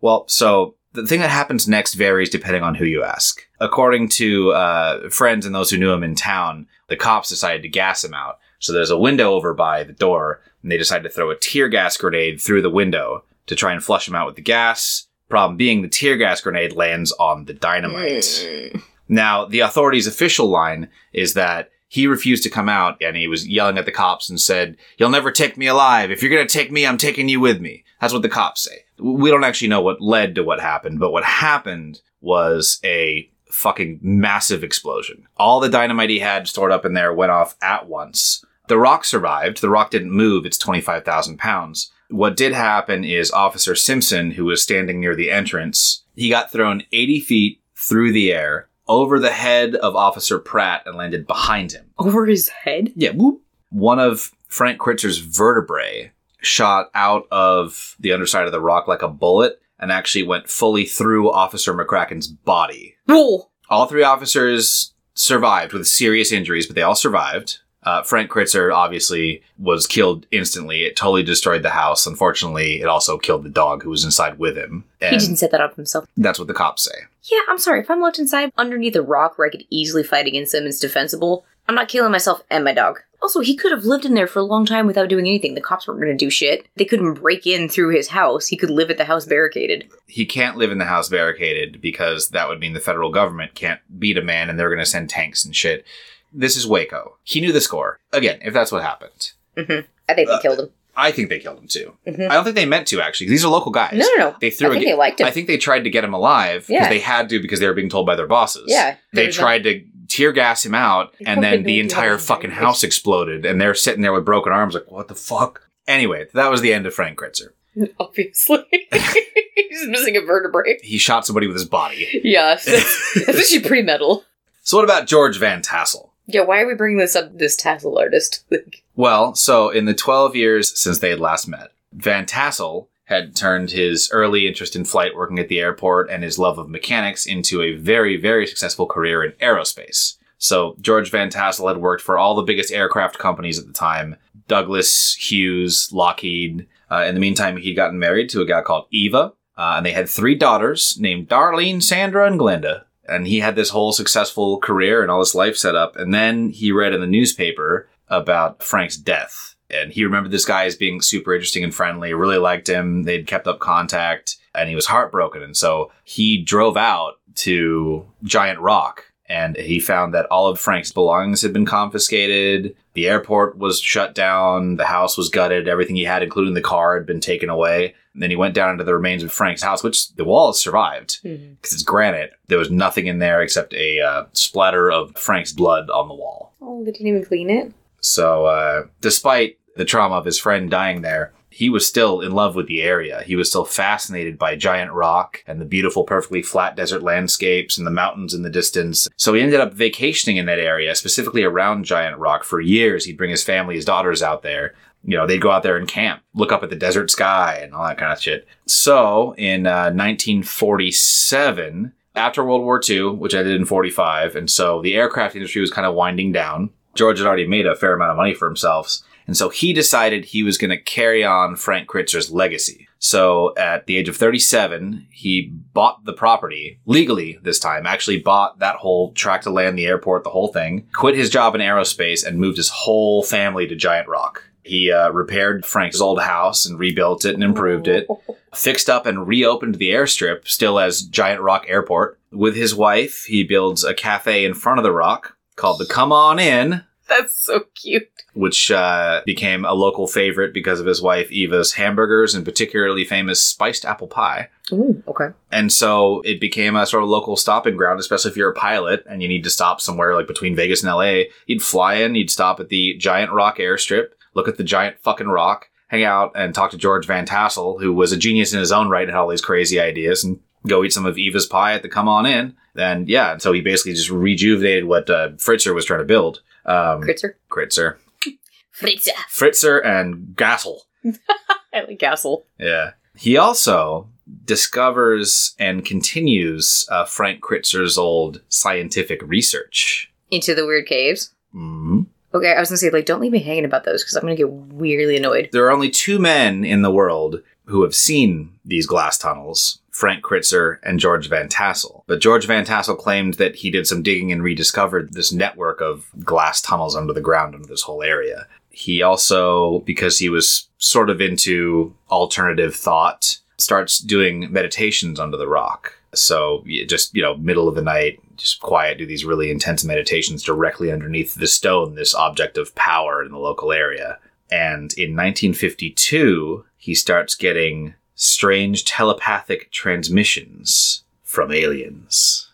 S1: well, so the thing that happens next varies depending on who you ask. According to uh, friends and those who knew him in town, the cops decided to gas him out. So there's a window over by the door, and they decide to throw a tear gas grenade through the window to try and flush him out with the gas. Problem being, the tear gas grenade lands on the dynamite.
S2: Mm.
S1: Now, the authorities' official line is that he refused to come out and he was yelling at the cops and said, You'll never take me alive. If you're going to take me, I'm taking you with me. That's what the cops say. We don't actually know what led to what happened, but what happened was a fucking massive explosion. All the dynamite he had stored up in there went off at once. The rock survived. The rock didn't move. It's 25,000 pounds. What did happen is Officer Simpson, who was standing near the entrance, he got thrown 80 feet through the air over the head of Officer Pratt and landed behind him.
S2: Over his head?
S1: Yeah, whoop. One of Frank Kritzer's vertebrae shot out of the underside of the rock like a bullet and actually went fully through Officer McCracken's body.
S2: Whoa!
S1: All three officers survived with serious injuries, but they all survived. Uh, Frank Kritzer obviously was killed instantly. It totally destroyed the house. Unfortunately, it also killed the dog who was inside with him.
S2: He
S1: And
S2: didn't set that up himself.
S1: that's what the cops say.
S2: Yeah, I'm sorry. If I'm left inside underneath a rock where I could easily fight against them, it's defensible. I'm not killing myself and my dog. Also, he could have lived in there for a long time without doing anything. The cops weren't going to do shit. They couldn't break in through his house. He could live at the house barricaded.
S1: he can't live in the house barricaded because that would mean the federal government can't beat a man and they're going to send tanks and shit. This is Waco. He knew the score. Again, if that's what happened.
S2: I think they
S1: Uh,
S2: killed him.
S1: I think they killed him too.
S2: Mhm.
S1: I don't think they meant to actually. 'cause These are local guys.
S2: No, no, no.
S1: They threw
S2: I think
S1: a,
S2: they liked him.
S1: I think they tried to get him alive because
S2: Yeah.
S1: they had to because they were being told by their bosses.
S2: Yeah, there
S1: They
S2: was
S1: tried to tear gas him out
S2: They
S1: and
S2: fucking
S1: then the
S2: made
S1: entire
S2: him.
S1: fucking house exploded and they're sitting there with broken arms like, what the fuck? Anyway, that was the end of Frank Kritzer.
S2: (laughs) Obviously. (laughs) He's missing a vertebrae.
S1: He shot somebody with his body.
S2: Yeah,
S1: (laughs)
S2: that's, that's actually pretty metal.
S1: So what about George Van Tassel?
S2: Yeah, why are we bringing this up, this tassel artist? (laughs) Like,
S1: Well, so in the 12 years since they had last met, Van Tassel had turned his early interest in flight working at the airport and his love of mechanics into a very, very successful career in aerospace. So George Van Tassel had worked for all the biggest aircraft companies at the time Douglas, Hughes, Lockheed. Uh, in the meantime, he'd gotten married to a guy called Eva, uh, and they had three daughters named Darlene, Sandra, and Glenda. And he had this whole successful career and all this life set up. And then he read in the newspaper about Frank's death. And he remembered this guy as being super interesting and friendly, really liked him. They'd kept up contact. and he was heartbroken. And so he drove out to Giant Rock and he found that all of Frank's belongings had been confiscated. The airport was shut down. The house was gutted. Everything he had, including the car, had been taken away. And then he went down into the remains of Frank's house, which the wall has survived
S2: Mm-hmm.
S1: because it's granite. There was nothing in there except a uh, splatter of Frank's blood on the wall.
S2: Oh, they didn't even clean it.
S1: So, uh, despite the trauma of his friend dying there, he was still in love with the area. He was still fascinated by giant rock and the beautiful, perfectly flat desert landscapes and the mountains in the distance. So he ended up vacationing in that area, specifically around Giant Rock, for years. He'd bring his family, his daughters out there. You know, they'd go out there and camp, look up at the desert sky and all that kind of shit. So in uh, 1947, after World War II, which ended in 45, and so the aircraft industry was kind of winding down. George had already made a fair amount of money for himself, and so he decided he was going to carry on Frank Kritzer's legacy. So at the age of 37, he bought the property legally this time, actually bought that whole tract of land, the airport, the whole thing, quit his job in aerospace, and moved his whole family to Giant Rock. He uh, repaired Frank's old house and rebuilt it and improved
S2: (laughs)
S1: it fixed up and reopened the airstrip, still as Giant Rock Airport. With his wife, he builds a cafe in front of the rock called the Come On In,
S2: That's so cute.
S1: which uh, became a local favorite because of his wife Eva's hamburgers and particularly famous spiced apple pie.
S2: Ooh, okay.
S1: And so it became a sort of local stopping ground, especially if you're a pilot and you need to stop somewhere like between Vegas and LA. You'd fly in, you'd stop at the Giant Rock airstrip, look at the giant fucking rock, hang out and talk to George Van Tassel, who was a genius in his own right and had all these crazy ideas, and go eat some of Eva's pie at the Come On In. And yeah, and so he basically just rejuvenated what uh, Fritzer was trying to build. Um,
S2: Kritzer.
S1: Kritzer.
S2: Fritza.
S1: Fritzer and Gassel.
S2: I like Castle.
S1: Yeah. He also discovers and continues uh, Frank Kritzer's old scientific research.
S2: Into the weird caves.
S1: Mhm.
S2: Okay, I was gonna say, like, don't leave me hanging about those because I'm gonna get weirdly annoyed.
S1: There are only two men in the world who have seen these glass tunnels Frank Kritzer and George Van Tassel. But George Van Tassel claimed that he did some digging and rediscovered this network of glass tunnels under the ground under this whole area. He also, because he was sort of into alternative thought, starts doing meditations under the rock. So you- just, you know, middle of the night, just quiet, do these really intense meditations directly underneath the stone, this object of power in the local area. And in 1952, he starts getting strange telepathic transmissions from aliens.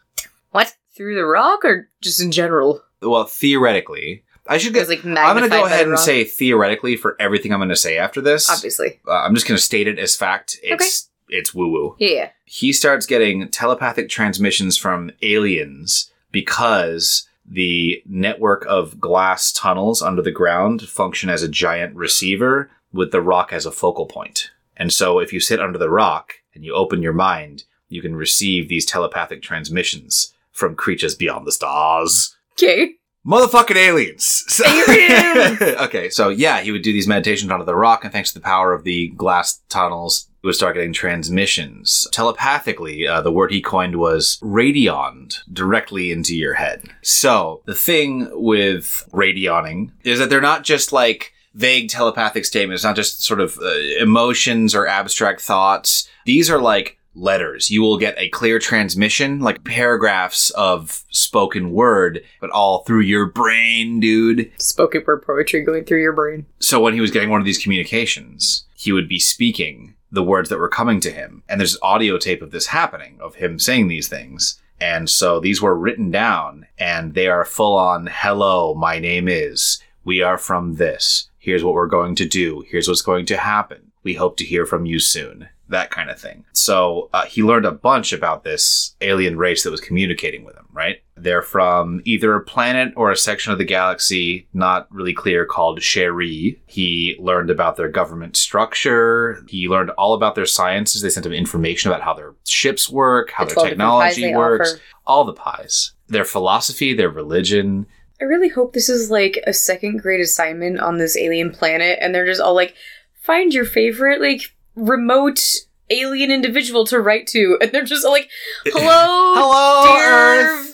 S2: What? Through the rock or just in general?
S1: Well, theoretically, I should
S2: It was
S1: get.
S2: like
S1: I'm going
S2: magnified
S1: to go
S2: by the
S1: ahead and
S2: rock.
S1: say theoretically for everything I'm going to say after this.
S2: obviously.
S1: Uh, I'm just going to state it as fact. It's it's woo woo.
S2: Yeah, yeah.
S1: He starts getting telepathic transmissions from aliens because the network of glass tunnels under the ground function as a giant receiver with the rock as a focal point. And so if you sit under the rock and you open your mind, you can receive these telepathic transmissions from creatures beyond the stars.
S2: Okay.
S1: Motherfucking aliens! So-
S2: Aliens!
S1: (laughs) okay, so yeah, he would do these meditations under the rock, and thanks to the power of the glass tunnels, he would start getting transmissions. Telepathically, uh, the word he coined was radioned directly into your head. So the thing with radioning is that they're not just like vague telepathic statements, not just sort of uh, emotions or abstract thoughts. These are like letters. You will get a clear transmission, like paragraphs of spoken word, but all through your brain, dude.
S2: Spoken word poetry going through your brain.
S1: So when he was getting one of these communications, he would be speaking the words that were coming to him. And there's audio tape of this happening, of him saying these things. And so these were written down, and they are full on hello, my name is. We are from this. Here's what we're going to do. Here's what's going to happen. We hope to hear from you soon. That kind of thing. So uh, he learned a bunch about this alien race that was communicating with him, right? They're from either a planet or a section of the galaxy, not really clear, called Sheri. He learned about their government structure. He learned all about their sciences. They sent him information about how their ships work, how their
S2: The 12 different pies
S1: technology
S2: they
S1: works,
S2: offer.
S1: all the pies, their philosophy, their religion.
S2: I really hope this is like a second grade assignment on this alien planet, and they're just all like, find your favorite, like, remote alien individual to write to. (laughs) And they're just all
S1: (laughs)
S2: like, hello,
S1: Hello,
S2: (laughs) Earth.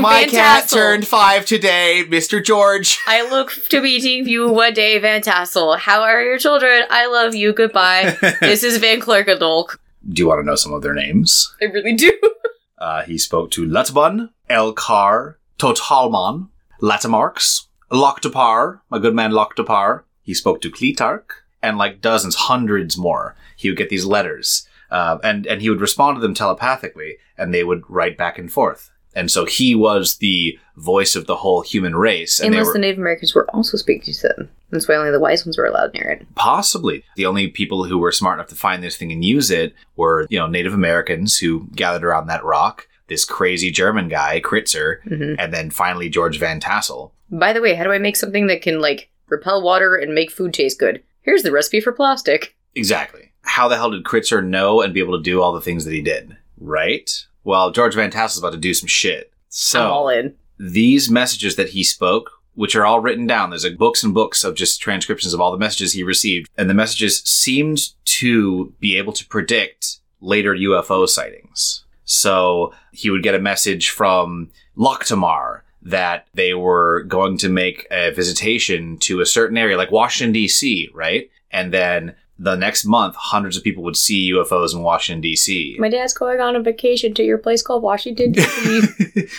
S1: My cat turned five today, Mr. George. (laughs)
S2: I look to meeting you one
S1: (laughs)
S2: day, Van Tassel. How are your children? I love you. Goodbye. this is Van Clerkendolk.
S1: Do you want to know some of their names?
S2: I really do.
S1: Uh, he spoke to Letbun, Elkar, Totalman, Latimarx, Loctopar, my good man Loctopar. He spoke to Cletarch, and like dozens, hundreds more. He would get these letters, uh, and and he would respond to them telepathically, and they would write back and forth. And so he was the voice of the whole human race. And they
S2: Unless
S1: were-
S2: the Native Americans were also speaking to them. That's why only the wise ones were allowed near it.
S1: Possibly. The only people who were smart enough to find this thing and use it were, you know, Native Americans who gathered around that rock, this crazy German guy, Kritzer,
S2: Mhm.
S1: and then finally George Van Tassel.
S2: By the way, how do I make something that can, like, repel water and make food taste good? Here's the recipe for plastic.
S1: Exactly. How the hell did Kritzer know and be able to do all the things that he did? Right? Well, George Van Tassel's about to do some shit.
S2: I'm all
S1: So
S2: in.
S1: these messages that he spoke, which are all written down, there's like books and books of just transcriptions of all the messages he received, and the messages seemed to be able to predict later UFO sightings. So he would get a message from Loctamar that they were going to make a visitation to a certain area, like Washington, D.C., right? And then the next month, hundreds of people would see UFOs in Washington, D.C.
S2: My dad's going on a vacation to your place called
S1: (laughs)
S2: Washington, D.C.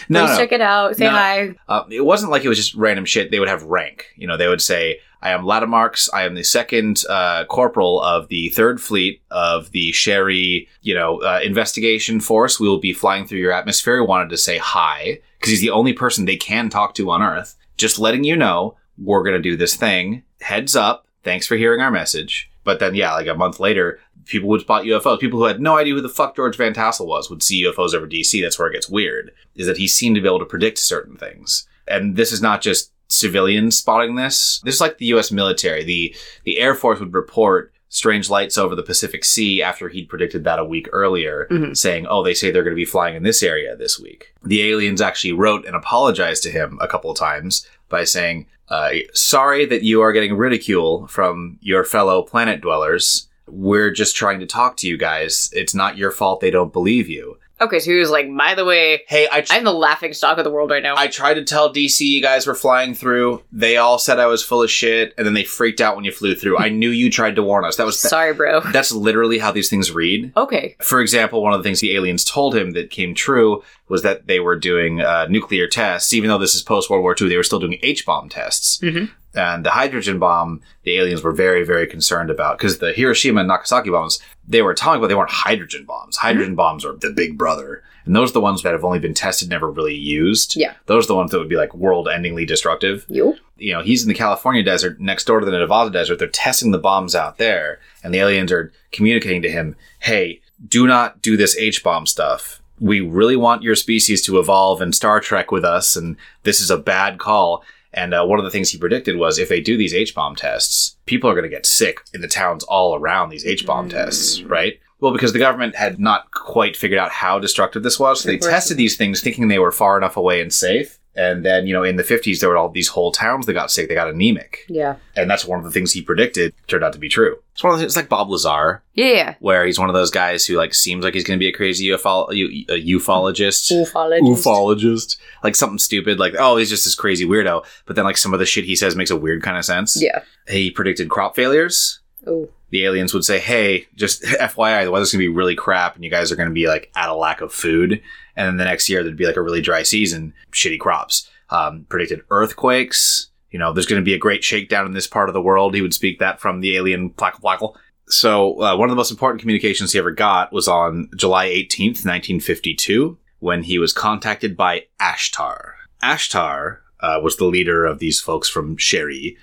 S1: no,
S2: Please
S1: no.
S2: check it out. Say
S1: No.
S2: hi.
S1: Uh, it wasn't like it was just random shit. They would have rank. You know, they would say, I am Latimarx. I am the second uh, corporal of the third fleet of the Sherry, you know, uh, investigation force. We will be flying through your atmosphere. We wanted to say hi because he's the only person they can talk to on Earth. Just letting you know, we're going to do this thing. Heads up. Thanks for hearing our message. But then, yeah, like a month later, people would spot UFOs. People who had no idea who the fuck George Van Tassel was would see UFOs over DC. That's where it gets weird, is that he seemed to be able to predict certain things and this is not just civilians spotting this. This is like the U.S. military. the The Air Force would report strange lights over the Pacific Sea after he'd predicted that a week earlier,
S2: Mhm.
S1: saying, "Oh, they say they're going to be flying in this area this week." The aliens actually wrote and apologized to him a couple of times by saying, uh, "Sorry that you are getting ridicule from your fellow planet dwellers." We're just trying to talk to you guys. It's not your fault they don't believe you.
S2: Okay, so he was like, by the way,
S1: Hey, I
S2: I'm the laughing stock of the world right now.
S1: I tried to tell DC you guys were flying through. They all said I was full of shit, and then they freaked out when you flew through. I knew you tried to warn us. That was
S2: Sorry, bro.
S1: that's literally how these things read.
S2: Okay.
S1: For example, one of the things the aliens told him that came true was that they were doing uh, nuclear tests. Even though this is post World War II, they were still doing H bomb tests.
S2: Mhm.
S1: And the hydrogen bomb, the aliens were very, very concerned about because the Hiroshima and Nagasaki bombs, they were atomic, but they weren't hydrogen bombs. Hydrogen bombs are the big brother. And those are the ones that have only been tested, never really used.
S2: Yeah.
S1: Those are the ones that would be like world endingly destructive
S2: You?
S1: you know, he's in the California desert next door to the Nevada desert. They're testing the bombs out there, and the aliens are communicating to him, hey, do not do this H bomb stuff. We really want your species to evolve and Star Trek with us, and this is a bad call. And uh, one of the things he predicted was if they do these H bomb tests, people are going to get sick in the towns all around these H bomb tests,
S2: Mm.
S1: right? Well, because the government had not quite figured out how destructive this was, so they
S2: Of course.
S1: tested these things thinking they were far enough away and safe. And then, you know, in the 50s, there were all these whole towns that got sick. They got anemic.
S2: Yeah.
S1: And that's one of the things he predicted turned out to be true. It's one of the things, it's like Bob Lazar,
S2: Yeah, yeah.
S1: where he's one of those guys who, like, seems like he's going to be a crazy ufo- u- a ufologist
S2: Ufologist.
S1: ufologist, like something stupid, like oh he's just this crazy weirdo. But then like some of the shit he says makes a weird kind of sense.
S2: Yeah.
S1: He predicted crop failures.
S2: Oh.
S1: The aliens would say, "Hey, just (laughs) FYI, the weather's gonna be really crap, and you guys are gonna be like at a lack of food." And then the next year there'd be like a really dry season, shitty crops. Um, predicted earthquakes. You know, there's gonna be a great shakedown in this part of the world. He would speak that from the alien plackle plackle. So, uh, one of the most important communications he ever got was on July 18th, 1952, when he was contacted by Ashtar. Ashtar uh, was the leader of these folks from Sherry,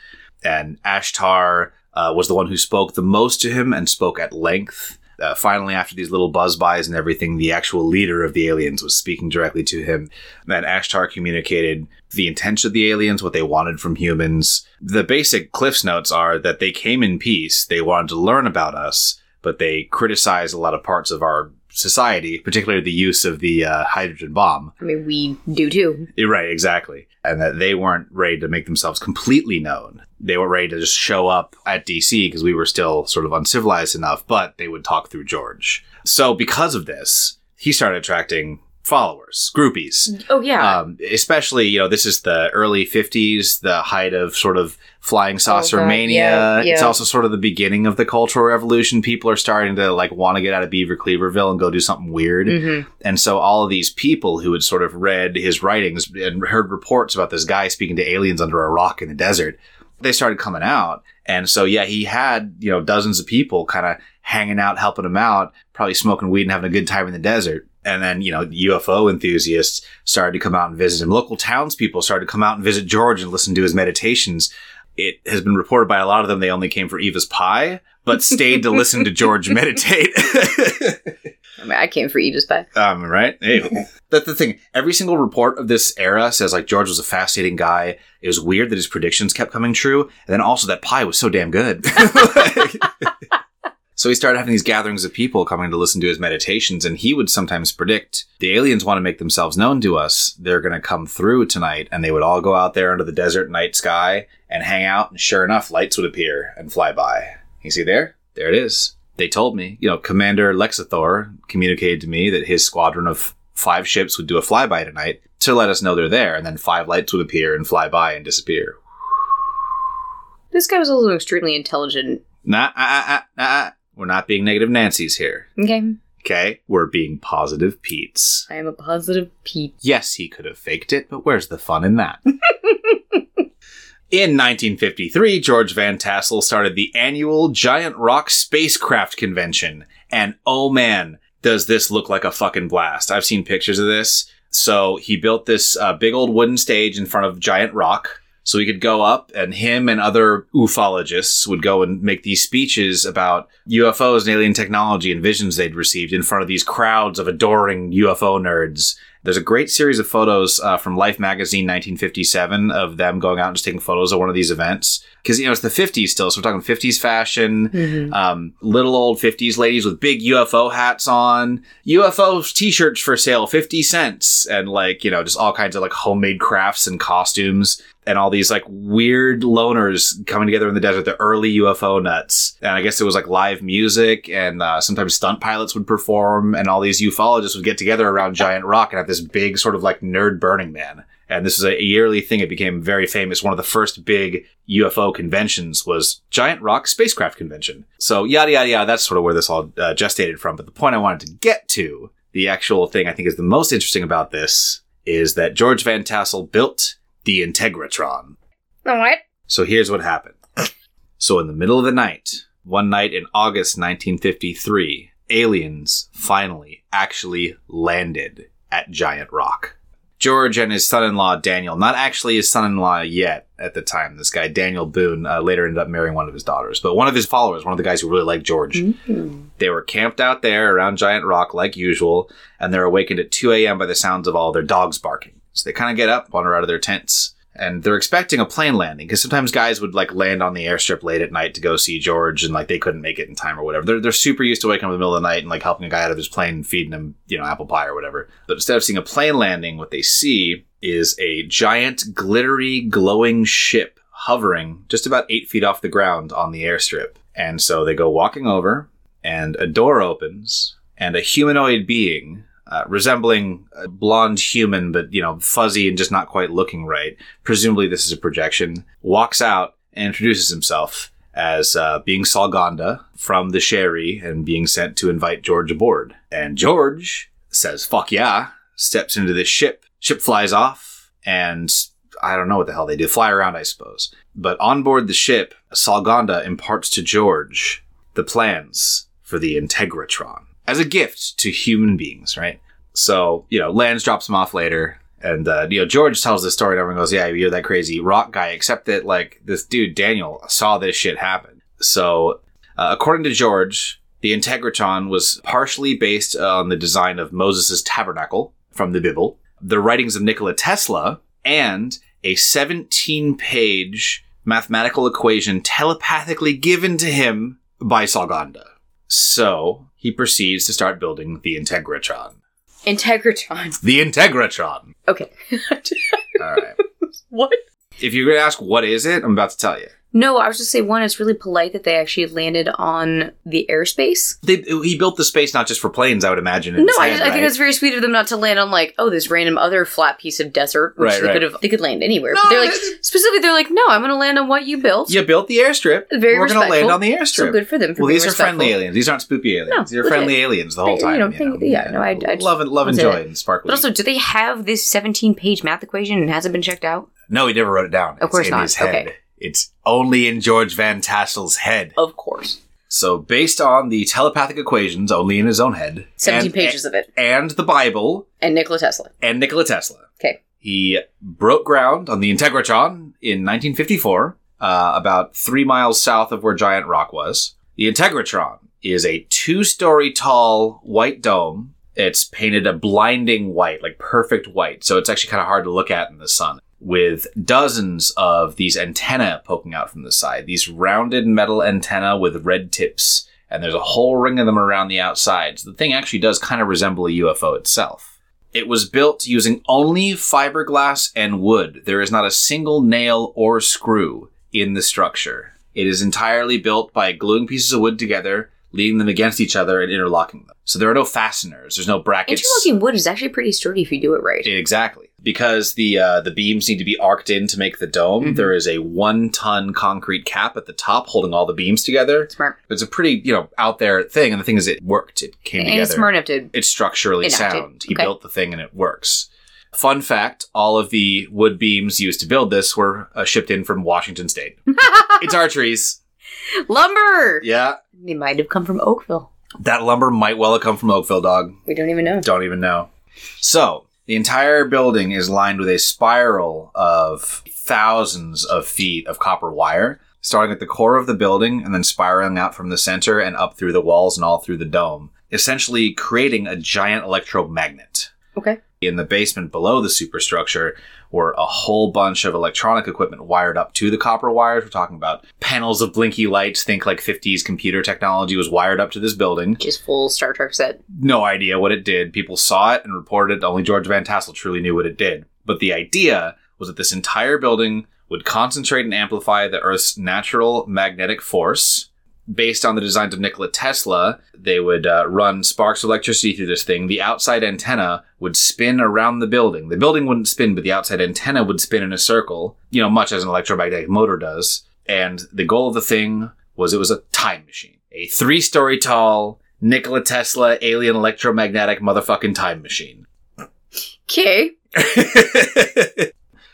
S1: and Ashtar uh, was the one who spoke the most to him and spoke at length. Uh, finally, after these little buzz buys and everything, the actual leader of the aliens was speaking directly to him. And Ashtar communicated the intention of the aliens, what they wanted from humans. The basic Cliff's notes are that they came in peace, they wanted to learn about us, but they criticized a lot of parts of our society, particularly the use of the uh, hydrogen bomb.
S2: I mean, we do too.
S1: Yeah, Eh, Right, exactly. And that they weren't ready to make themselves completely known. They were ready to just show up at DC because we were still sort of uncivilized enough, but they would talk through George. So because of this, he started attracting followers, groupies.
S2: Oh yeah.
S1: Um, especially, you know, this is the early 50s, the height of sort of flying saucer
S2: Oh, God,
S1: mania.
S2: yeah, yeah.
S1: It's also sort of the beginning of the Cultural Revolution. People are starting to like want to get out of Beaver Cleaverville and go do something weird.
S2: Mhm.
S1: And so all of these people who had sort of read his writings and heard reports about this guy speaking to aliens under a rock in the desert, they started coming out. And so yeah, he had, you know, dozens of people kind of hanging out, helping him out, probably smoking weed and having a good time in the desert. And then, you know, UFO enthusiasts started to come out and visit him. Local townspeople started to come out and visit George and listen to his meditations. It has been reported by a lot of them they only came for Eva's pie, but stayed to listen to George (laughs) meditate.
S2: I, mean, I came for Edith's pie.
S1: Um, right? Hey. (laughs) That's the thing. Every single report of this era says like George was a fascinating guy. It was weird that his predictions kept coming true, and then also that pie was so damn good. (laughs) so he started having these gatherings of people coming to listen to his meditations, and he would sometimes predict the aliens want to make themselves known to us. They're gonna come through tonight, and they would all go out there under the desert night sky and hang out, and sure enough, lights would appear and fly by. You see there? There it is. They told me, you know, Commander Lexithor communicated to me that his squadron of five ships would do a flyby tonight to let us know they're there, and then five lights would appear and fly by and disappear.
S2: This guy was also extremely intelligent.
S1: Nah, ah, ah, ah, ah, ah. we're not being negative Nancy's here.
S2: Okay.
S1: Okay, we're being positive Pete's.
S2: I am a positive Pete.
S1: Yes, he could have faked it, but where's the fun in that? In 1953, George Van Tassel started the annual Giant Rock Spacecraft Convention. And oh man, does this look like a fucking blast. I've seen pictures of this. So he built this uh, big old wooden stage in front of Giant Rock. So he could go up, and him and other ufologists would go and make these speeches about UFOs and alien technology and visions they'd received in front of these crowds of adoring UFO nerds. There's a great series of photos uh, from Life magazine 1957 of them going out and just taking photos of one of these events. Because, you know, it's the 50s still, so we're talking 50s fashion
S2: Mm-hmm.
S1: um, little old 50s ladies with big UFO hats on, UFO t shirts for sale, 50 cents, and like, you know, just all kinds of like homemade crafts and costumes, and all these like weird loners coming together in the desert, the early UFO nuts. And I guess it was like live music, and uh, sometimes stunt pilots would perform, and all these ufologists would get together around Giant Rock and have this big sort of like nerd Burning Man. And this was a yearly thing. It became very famous. One of the first big UFO conventions was Giant Rock Spacecraft Convention. So yada yada yada. That's sort of where this all uh, gestated from. But the point I wanted to get to, the actual thing I think is the most interesting about this, is that George Van Tassel built the Integratron.
S2: The what?
S1: So here's what happened. So in the middle of the night, one night in August 1953, aliens finally actually landed at Giant Rock. George and his son-in-law Daniel, not actually his son-in-law yet at the time. This guy Daniel Boone uh, later ended up marrying one of his daughters, but one of his followers, one of the guys who really liked George.
S2: Mm-hmm.
S1: They were camped out there around Giant Rock like usual, and they're awakened at 2 a.m. by the sounds of all their dogs barking. So they kind of get up, wander out of their tents, and they're expecting a plane landing because sometimes guys would like land on the airstrip late at night to go see George, and like they couldn't make it in time or whatever. They're, they're super used to waking up in the middle of the night and like helping a guy out of his plane, and feeding him you know apple pie or whatever. But instead of seeing a plane landing, what they see is a giant, glittery, glowing ship hovering just about eight feet off the ground on the airstrip. And so they go walking over, and a door opens, and a humanoid being, uh, resembling a blonde human, but you know, fuzzy and just not quite looking right. Presumably, this is a projection. Walks out and introduces himself as uh, being Salganda from the Sherry and being sent to invite George aboard. And George says, "Fuck yeah!" Steps into this ship. Ship flies off, and I don't know what the hell they do. Fly around, I suppose. But on board the ship, Salganda imparts to George the plans for the Integratron as a gift to human beings, right? So, you know, Lands drops him off later. And, uh, you know, George tells this story and everyone goes, yeah, you're that crazy rock guy, except that, like, this dude, Daniel, saw this shit happen. So, uh, according to George, the Integratron was partially based on the design of Moses' tabernacle from the Bible, the writings of Nikola Tesla, and a 17 page mathematical equation telepathically given to him by Salganda. So he proceeds to start building the Integratron.
S2: Integratron.
S1: The Integratron! (laughs)
S2: Okay.
S1: All right.
S2: what? (laughs)
S1: if you're going to ask, what is it? I'm about to tell you.
S2: No, I was just say one. It's really polite that they actually landed on the airspace.
S1: They, he built the space not just for planes, I would imagine. in
S2: No, I,
S1: sand,
S2: just, I think
S1: right?
S2: it's very sweet of them not to land on like oh this random other flat piece of desert, which
S1: Right,
S2: they
S1: right.
S2: could have they could land anywhere.
S1: No,
S2: but they're like
S1: that's-
S2: specifically they're like no, I'm going to land on what you built.
S1: you built the airstrip.
S2: Very
S1: We're gonna land
S2: respectful.
S1: on the airstrip.
S2: So good for them. For
S1: well,
S2: being
S1: these are
S2: respectful.
S1: friendly aliens. These aren't spoopy aliens. These are
S2: legit.
S1: friendly aliens the whole
S2: They- you
S1: time.
S2: don't think- yeah, no, I- I
S1: love and love and
S2: wanted
S1: joy
S2: to-
S1: and sparkly.
S2: But also, do they have this 17 page math equation and it hasn't been checked out?
S1: no, he never wrote it down.
S2: Of course
S1: it's in
S2: not.
S1: His head.
S2: Okay.
S1: It's only in George Van Tassel's head.
S2: Of course.
S1: So, based on the telepathic equations, only in his own head,
S2: 17
S1: and-
S2: pages of it.
S1: and the Bible,
S2: And Nikola Tesla.
S1: and Nikola Tesla.
S2: Okay.
S1: He broke ground on the Integratron in 1954, uh, about three miles south of where Giant Rock was. The Integratron is a two story tall white dome. It's painted a blinding white, like perfect white, so it's actually kind of hard to look at in the sun. With dozens of these antennae poking out from the side, these rounded metal antennae with red tips, and there's a whole ring of them around the outside. So the thing actually does kind of resemble a UFO itself. It was built using only fiberglass and wood. There is not a single nail or screw in the structure. It is entirely built by gluing pieces of wood together, leaning them against each other, and interlocking them. So there are no fasteners. There's no brackets.
S2: Interlocking wood is actually pretty sturdy if you do it right.
S1: Exactly, because the uh, the beams need to be arced in to make the dome.
S2: Mhm.
S1: There is a one ton concrete cap at the top holding all the beams together.
S2: Smart.
S1: It's a pretty you know out there thing, and the thing is, it worked. It came
S2: And
S1: together
S2: it's smart enough to.
S1: it's structurally
S2: Enacted.
S1: sound. He
S2: Okay.
S1: built the thing and it works. Fun fact all of the wood beams used to build this were uh, shipped in from Washington State. it's our trees.
S2: Lumber!
S1: Yeah.
S2: They might have come from Oakville.
S1: That lumber might well have come from Oakville, dog.
S2: We don't even know.
S1: Don't even know. So, the entire building is lined with a spiral of thousands of feet of copper wire, starting at the core of the building and then spiraling out from the center and up through the walls and all through the dome, essentially creating a giant electromagnet.
S2: Okay.
S1: in the basement below the superstructure were a whole bunch of electronic equipment wired up to the copper wires. We're talking about panels of blinky lights. Think like 50s computer technology was wired up to this building.
S2: Just full Star Trek set.
S1: No idea what it did. People saw it and reported it. Only George Van Tassel truly knew what it did. But the idea was that this entire building would concentrate and amplify the Earth's natural magnetic force. Based on the designs of Nikola Tesla, they would uh, run sparks of electricity through this thing. The outside antenna would spin around the building. The building wouldn't spin, but the outside antenna would spin in a circle, you know, much as an electromagnetic motor does. And the goal of the thing was it was a time machine. A three story tall Nikola Tesla alien electromagnetic motherfucking time machine.
S2: Okay.
S1: (laughs)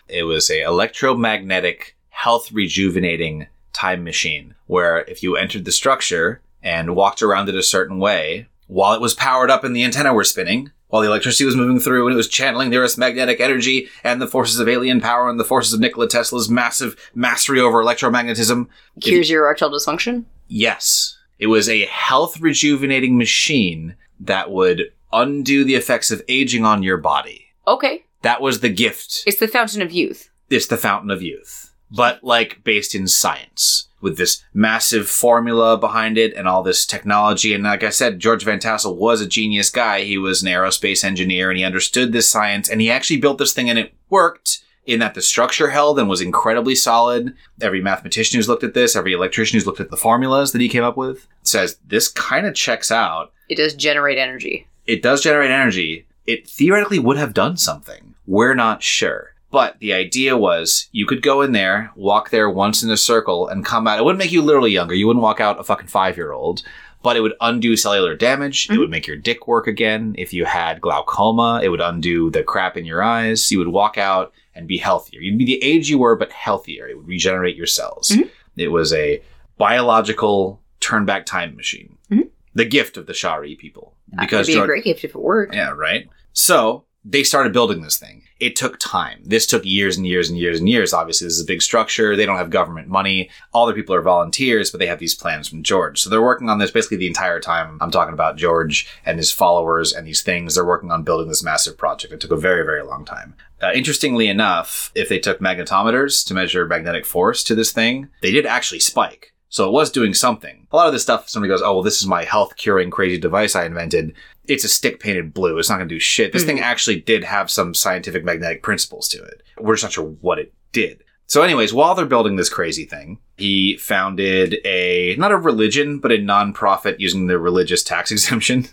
S1: it was a electromagnetic health rejuvenating time machine where if you entered the structure and walked around it a certain way while it was powered up and the antenna were spinning while the electricity was moving through and it was channeling the earth's magnetic energy and the forces of alien power and the forces of nikola tesla's massive mastery over electromagnetism
S2: Cures your erectile dysfunction?
S1: Yes. It was a health rejuvenating machine that would undo the effects of aging on your body.
S2: Okay.
S1: That was the gift.
S2: It's the fountain of youth.
S1: It's the fountain of youth, but like based in science with this massive formula behind it and all this technology. And like I said, George Van Tassel was a genius guy. He was an aerospace engineer and he understood this science and he actually built this thing and it worked in that the structure held and was incredibly solid. Every mathematician who's looked at this, every electrician who's looked at the formulas that he came up with says this kind of checks out.
S2: It does generate energy.
S1: It does generate energy. It theoretically would have done something. We're not sure. But the idea was you could go in there, walk there once in a circle, and come out. It wouldn't make you literally younger. You wouldn't walk out a fucking five year old, but it would undo cellular damage. It
S2: Mhm.
S1: would make your dick work again. If you had glaucoma, it would undo the crap in your eyes. You would walk out and be healthier. You'd be the age you were, but healthier. It would regenerate your cells.
S2: Mhm.
S1: It was a biological turn back time machine.
S2: Mhm.
S1: The gift of the Shari people.
S2: Because It'd be
S1: George-
S2: a great gift if it worked.
S1: yeah, right. So they started building this thing. It took time. This took years and years and years and years. Obviously, this is a big structure. They don't have government money. All their people are volunteers, but they have these plans from George. So they're working on this basically the entire time. I'm talking about George and his followers and these things. They're working on building this massive project. It took a very, very long time. Uh, interestingly enough, if they took magnetometers to measure magnetic force to this thing, they did actually spike. So it was doing something. A lot of this stuff, somebody goes, oh, well, this is my health curing crazy device I invented. It's a stick painted blue. It's not going to do shit. This thing actually did have some scientific magnetic principles to it. We're just not sure what it did. So, anyways, while they're building this crazy thing, he founded a not a religion, but a nonprofit using the religious tax (laughs) exemption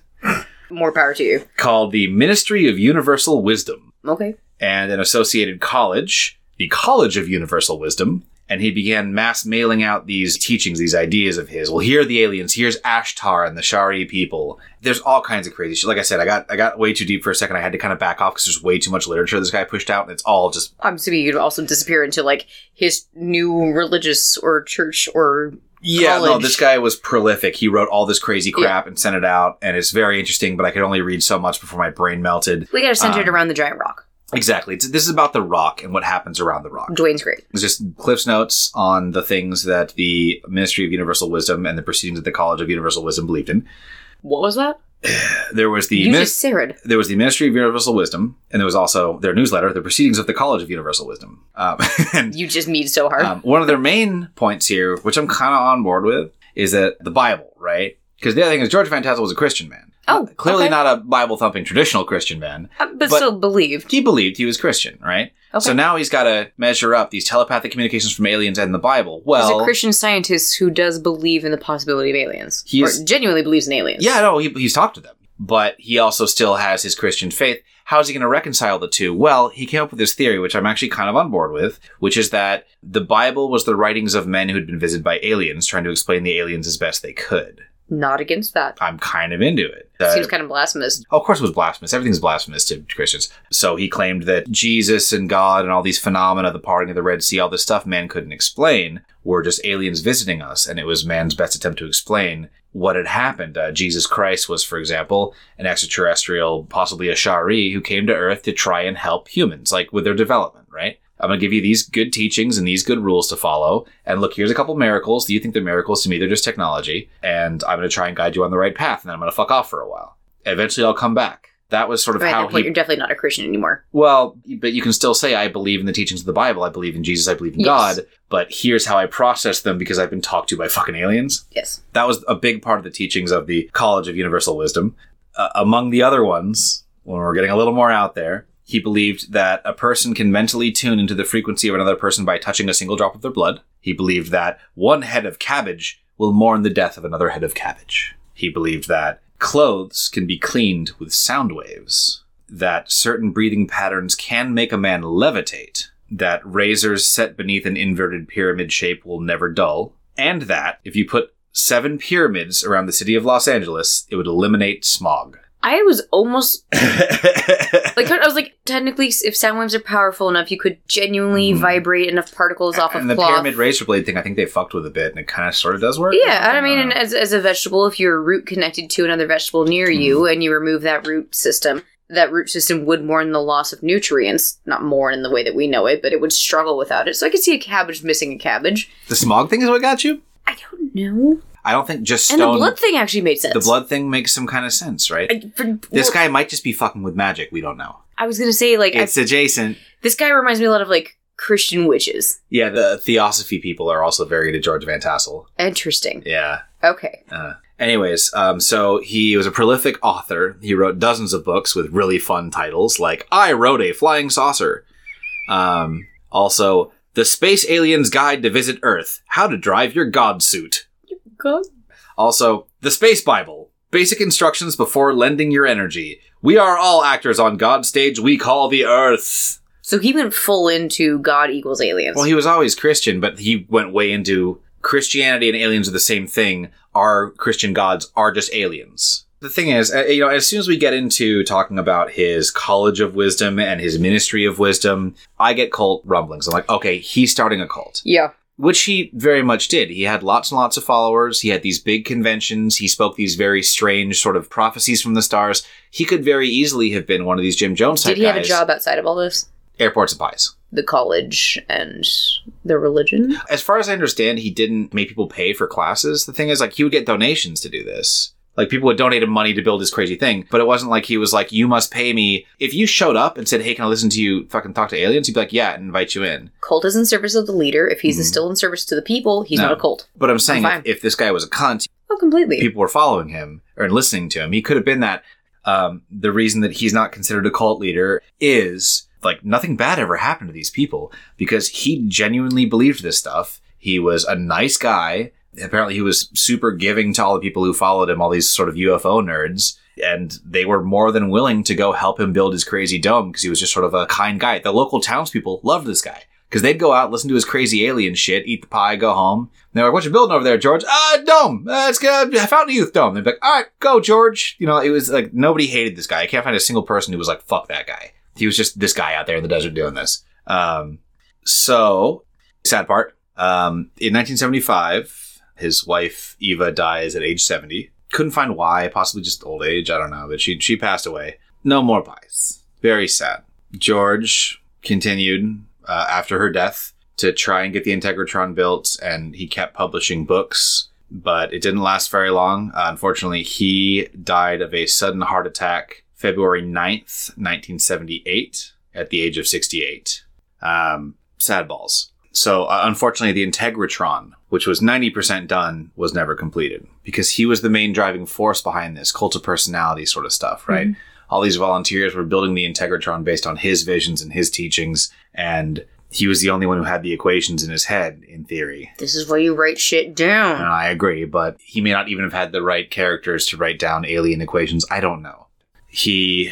S2: More power to you.
S1: called the Ministry of Universal Wisdom
S2: Okay.
S1: and an associated college, the College of Universal Wisdom. And he began mass mailing out these teachings, these ideas of his. Well, here are the aliens. Here's Ashtar and the Shari people. There's all kinds of crazy shit. Like I said, I got I got way too deep for a second. I had to kind of back off because there's way too much literature this guy pushed out, and it's all just
S2: I'm assuming you could also disappear into like his new religious or church or
S1: Yeah, no,
S2: college.
S1: this guy was prolific. He wrote all this crazy crap and sent it out, and it's very interesting, but I could only read so much before my brain melted.
S2: we got to center it
S1: Um,
S2: around the giant rock.
S1: Exactly. It's, this is about the rock and what happens around the rock.
S2: Dwayne's great.
S1: It's just Cliff's notes on the things that the Ministry of Universal Wisdom and the proceedings of the College of Universal Wisdom believed in.
S2: What was that?
S1: There was the
S2: you
S1: minis-
S2: just said
S1: there was the Ministry of Universal Wisdom, and there was also their newsletter, the proceedings of the College of Universal Wisdom. Um, and
S2: you just mead so hard.
S1: (laughs) Um, one of their main points here, which I'm kind of on board with, is that the Bible, right? Because the other thing is George Van Tassel was a Christian man.
S2: Oh,
S1: Clearly
S2: okay.
S1: not a Bible thumping traditional Christian man.
S2: Uh, but,
S1: but-
S2: still believed.
S1: He believed he was Christian, right?
S2: Okay.
S1: So now he's got to measure up these telepathic communications from aliens and the Bible. Well,
S2: He's a Christian scientist who does believe in the possibility of aliens.
S1: He
S2: or
S1: is-
S2: genuinely believes in aliens.
S1: yeah, no, he, he's talked to them, but he also still has his Christian faith. How's he going to reconcile the two? Well, he came up with this theory, which I'm actually kind of on board with, which is that the Bible was the writings of men who'd been visited by aliens, trying to explain the aliens as best they could.
S2: Not against that.
S1: I'm kind of into it.
S2: Seems
S1: Uh,
S2: kind of blasphemous.
S1: of course, it was blasphemous. Everything's blasphemous to Christians. So he claimed that Jesus and God and all these phenomena, the parting of the Red Sea, all this stuff man couldn't explain, were just aliens visiting us, and it was man's best attempt to explain what had happened. Uh, Jesus Christ was, for example, an extraterrestrial, possibly a Shari, who came to Earth to try and help humans, like with their development, right? I'm going to give you these good teachings and these good rules to follow. And look, here's a couple miracles. Do you think they're miracles? To me, they're just technology. And I'm going to try and guide you on the right path. And then I'm going to fuck off for a while. Eventually, I'll come back. That was sort of
S2: Right, at
S1: how
S2: that point,
S1: he.
S2: you're definitely not a Christian anymore.
S1: Well, but you can still say, I believe in the teachings of the Bible. I believe in Jesus. I believe in
S2: Yes.
S1: God. But here's how I process them because I've been talked to by fucking aliens
S2: Yes.
S1: that was a big part of the teachings of the College of Universal Wisdom. Uh, among the other ones, when we're getting a little more out there, he believed that a person can mentally tune into the frequency of another person by touching a single drop of their blood. He believed that one head of cabbage will mourn the death of another head of cabbage. He believed that clothes can be cleaned with sound waves, that certain breathing patterns can make a man levitate, that razors set beneath an inverted pyramid shape will never dull, and that if you put seven pyramids around the city of Los Angeles, it would eliminate smog.
S2: I was almost like I was like technically, if sound waves are powerful enough, you could genuinely
S1: Mhm.
S2: vibrate enough particles (laughs) off
S1: and
S2: of
S1: the
S2: cloth.
S1: pyramid razor blade thing, I think they fucked with a bit, and it kind of sort of does work. or
S2: Yeah, I
S1: something?
S2: mean,
S1: don't
S2: and
S1: know.
S2: as, as a vegetable, if your root connected to another vegetable near
S1: Mm-hmm.
S2: you and you remove that root system, that root system would mourn the loss of nutrients. Not mourn in the way that we know it, but it would struggle without it. So I could see a cabbage missing a cabbage.
S1: the smog thing is what got you.
S2: I don't know.
S1: I don't think just
S2: and the
S1: stone.
S2: blood thing actually made sense.
S1: the blood thing makes some kind of sense, right?
S2: I, for,
S1: this
S2: well,
S1: guy might just be fucking with magic. We don't know.
S2: I was gonna say like I,
S1: It's adjacent.
S2: this guy reminds me a lot of like Christian witches.
S1: Yeah, the Theosophy people are also very into George Van Tassel.
S2: Interesting.
S1: Yeah.
S2: Okay.
S1: Uh, anyways, um, so he was a prolific author. He wrote dozens of books with really fun titles, like "I Wrote a Flying Saucer." Um, also, "The Space Alien's Guide to Visit Earth: How to Drive Your God Suit."
S2: God.
S1: Also, "The Space Bible: Basic Instructions Before Lending Your Energy." We are all actors on God's stage. We call the Earth.
S2: So he went full into God equals aliens.
S1: Well, he was always Christian, but he went way into Christianity and aliens are the same thing. Our Christian gods are just aliens. The thing is, uh, you know, as soon as we get into talking about his College of Wisdom and his Ministry of Wisdom, I get cult rumblings. I'm like, okay, he's starting a cult,
S2: yeah.
S1: which he very much did. He had lots and lots of followers. He had these big conventions. He spoke these very strange sort of prophecies from the stars. He could very easily have been one of these Jim Jones type
S2: Did he have a
S1: guys.
S2: job outside of all this?
S1: Airport supplies.
S2: The college and the religion.
S1: As far as I understand, he didn't make people pay for classes. The thing is, like, he would get donations to do this. Like, people would donate him money to build his crazy thing, but it wasn't like he was like, you must pay me. If you showed up and said, hey, can I listen to you fucking talk to aliens? He'd be like, yeah, and invite you in.
S2: cult is in service of the leader. If he's
S1: Mhm.
S2: still in service to the people, he's
S1: No.
S2: not a cult.
S1: But I'm saying,
S2: Fine.
S1: if, if this guy was a cunt,
S2: Oh, completely.
S1: people were following him or listening to him. He could have been that. Um, the reason that he's not considered a cult leader is like nothing bad ever happened to these people because he genuinely believed this stuff. He was a nice guy. Apparently, he was super giving to all the people who followed him, all these sort of UFO nerds, and they were more than willing to go help him build his crazy dome because he was just sort of a kind guy. The local townspeople loved this guy because they'd go out, listen to his crazy alien shit, eat the pie, go home. And they're like, "What you building over there, George? Uh, dome. Uh, it's got a Fountain of Youth dome." They'd be like, "All right, go, George." You know, it was like nobody hated this guy. I can't find a single person who was like, "Fuck that guy." He was just this guy out there in the desert doing this. Um, so sad part. Um, in 1975, his wife Eva dies at age 70. Couldn't find why, possibly just old age. I don't know, but she she passed away. No more pies. Very sad. George continued uh, after her death to try and get the Integratron built, and he kept publishing books, but it didn't last very long. Uh, unfortunately, he died of a sudden heart attack February 9th, 1978, at the age of 68. Um, sad balls. So, uh, unfortunately, the Integratron, which was 90% done, was never completed because he was the main driving force behind this cult of personality sort of stuff, right? all these volunteers were building the Integratron based on his visions and his teachings, and he was the only one who had the equations in his head, in theory.
S2: This is where you write shit down.
S1: And I agree, but he may not even have had the right characters to write down alien equations. I don't know. He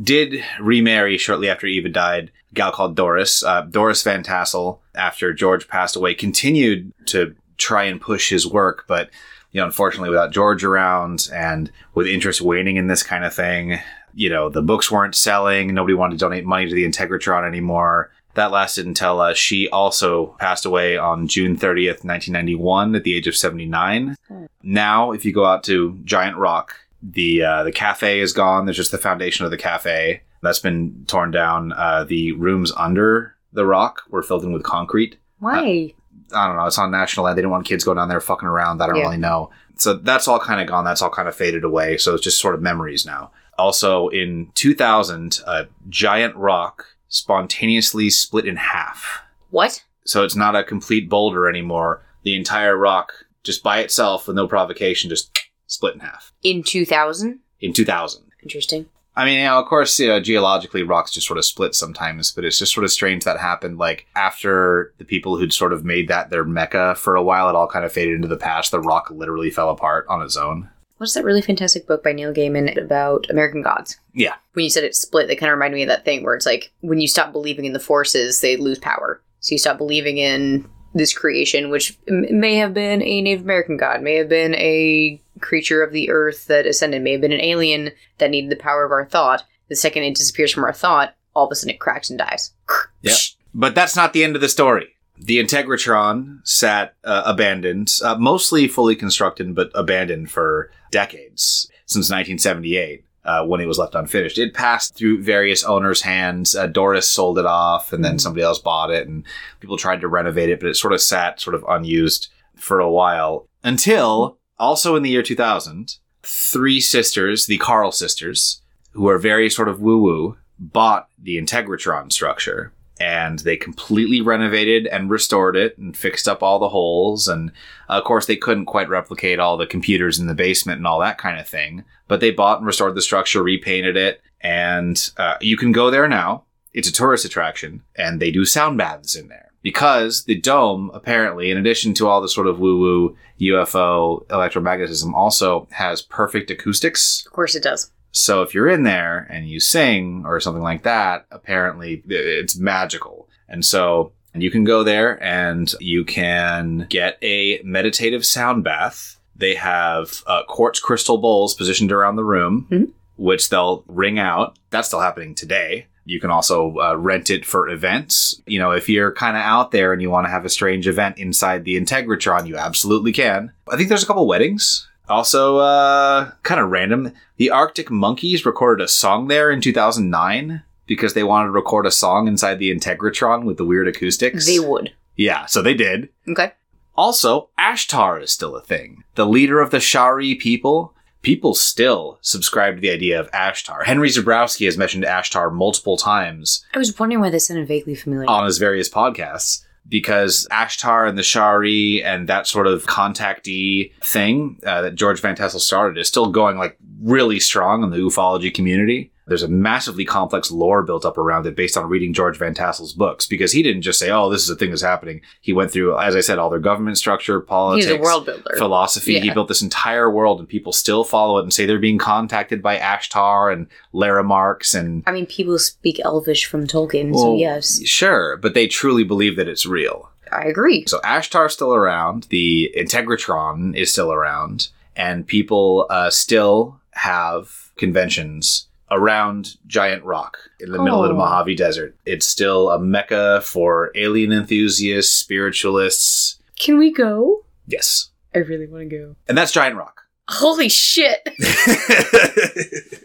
S1: did remarry shortly after Eva died, a gal called Doris. Uh, Doris Van Tassel, after George passed away, continued to try and push his work, but you know, unfortunately, without George around and with interest waning in this kind of thing, you know, the books weren't selling. Nobody wanted to donate money to the Integratron anymore. That lasted until uh, she also passed away on June 30th, 1991, at the age of 79.
S2: Hmm.
S1: Now, if you go out to Giant Rock, the uh, the cafe is gone. There's just the foundation of the cafe that's been torn down. Uh, the rooms under the rock were filled in with concrete.
S2: Why?
S1: I don't know. It's on national land. They didn't want kids going down there fucking around. I don't
S2: Yeah.
S1: really know. So that's all kind of gone. That's all kind of faded away. So it's just sort of memories now. Also, in 2000, a giant rock spontaneously split in half.
S2: what?
S1: So it's not a complete boulder anymore. The entire rock, just by itself with no provocation, just split in half
S2: In 2000?
S1: in 2000.
S2: Interesting.
S1: I mean, you know, of course, you know, geologically, rocks just sort of split sometimes, but it's just sort of strange that happened. Like after the people who'd sort of made that their mecca for a while, it all kind of faded into the past. The rock literally fell apart on its own.
S2: What's that really fantastic book by Neil Gaiman about American gods?
S1: Yeah.
S2: When you said it split, that kind of reminded me of that thing where it's like when you stop believing in the forces, they lose power. So you stop believing in this creation, which m- may have been a Native American god, may have been a creature of the earth that ascended, may have been an alien that needed the power of our thought. The second it disappears from our thought, all of a sudden it cracks and dies.
S1: Yep. But that's not the end of the story. The Integratron sat uh, abandoned, uh, mostly fully constructed, but abandoned for decades since 1978 uh, when it was left unfinished. It passed through various owners' hands. Uh, Doris sold it off, and then
S2: Mhm.
S1: somebody else bought it, and people tried to renovate it, but it sort of sat sort of unused for a while until also in the year 2000, three sisters, the Carl sisters, who are very sort of woo woo, bought the Integratron structure and they completely renovated and restored it and fixed up all the holes and uh, of course they couldn't quite replicate all the computers in the basement and all that kind of thing but they bought and restored the structure repainted it and uh, you can go there now it's a tourist attraction and they do sound baths in there because the dome apparently in addition to all the sort of woo-woo ufo electromagnetism also has perfect acoustics
S2: Of course it does.
S1: so if you're in there and you sing or something like that, apparently it's magical. And so you can go there and you can get a meditative sound bath. They have uh, quartz crystal bowls positioned around the room,
S2: Mhm.
S1: which they'll ring out. That's still happening today. You can also uh, rent it for events. You know, if you're kind of out there and you want to have a strange event inside the Integratron, you absolutely can. I think there's a couple weddings. Also, uh, kind of random. The Arctic Monkeys recorded a song there in 2009 because they wanted to record a song inside the Integratron with the weird acoustics.
S2: They would.
S1: yeah, so they did.
S2: Okay.
S1: Also, Ashtar is still a thing. The leader of the Shari people, people still subscribe to the idea of Ashtar. Henry Zebrowski has mentioned Ashtar multiple times
S2: I was wondering why this sounded vaguely familiar.
S1: on his various podcasts because Ashtar and the Shari and that sort of contactee thing uh, that George Van Tassel started is still going like really strong in the ufology community. There's a massively complex lore built up around it based on reading George Van Tassel's books because he didn't just say, "Oh, this is a thing that's happening." He went through, as I said, all their government structure, politics,
S2: He's a world builder.
S1: philosophy. He
S2: Yeah.
S1: built this entire world, and people still follow it and say they're being contacted by Ashtar and Laramarx and
S2: I mean, people speak Elvish from Tolkien, so
S1: Well,
S2: yes,
S1: sure, but they truly believe that it's real.
S2: I agree.
S1: So Ashtar's still around. The Integratron is still around, and people uh, still have conventions around Giant Rock in the middle of the
S2: Oh.
S1: Mojave Desert. It's still a mecca for alien enthusiasts, spiritualists.
S2: Can we go?
S1: Yes,
S2: I really want to go.
S1: and that's Giant Rock.
S2: Holy shit! (laughs)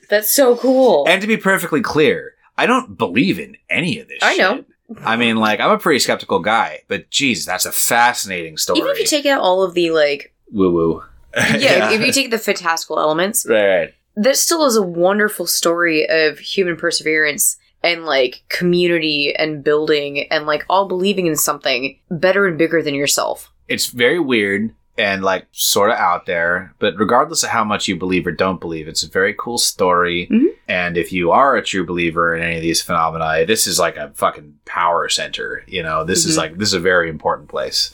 S2: That's so cool.
S1: and to be perfectly clear, I don't believe in any of this.
S2: I know.
S1: shit. I mean, like I'm a pretty skeptical guy, but geez, that's a fascinating story.
S2: Even if you take out all of the like,
S1: (laughs) woo woo.
S2: yeah, If, if you take the fantastical elements,
S1: (laughs) right, right.
S2: that still is a wonderful story of human perseverance and like community and building and like all believing in something better and bigger than yourself.
S1: it's very weird and like sort of out there but regardless of how much you believe or don't believe it's a very cool story
S2: Mhm.
S1: and if you are a true believer in any of these phenomena this is like a fucking power center you know this is
S2: Mhm.
S1: like this is a very important place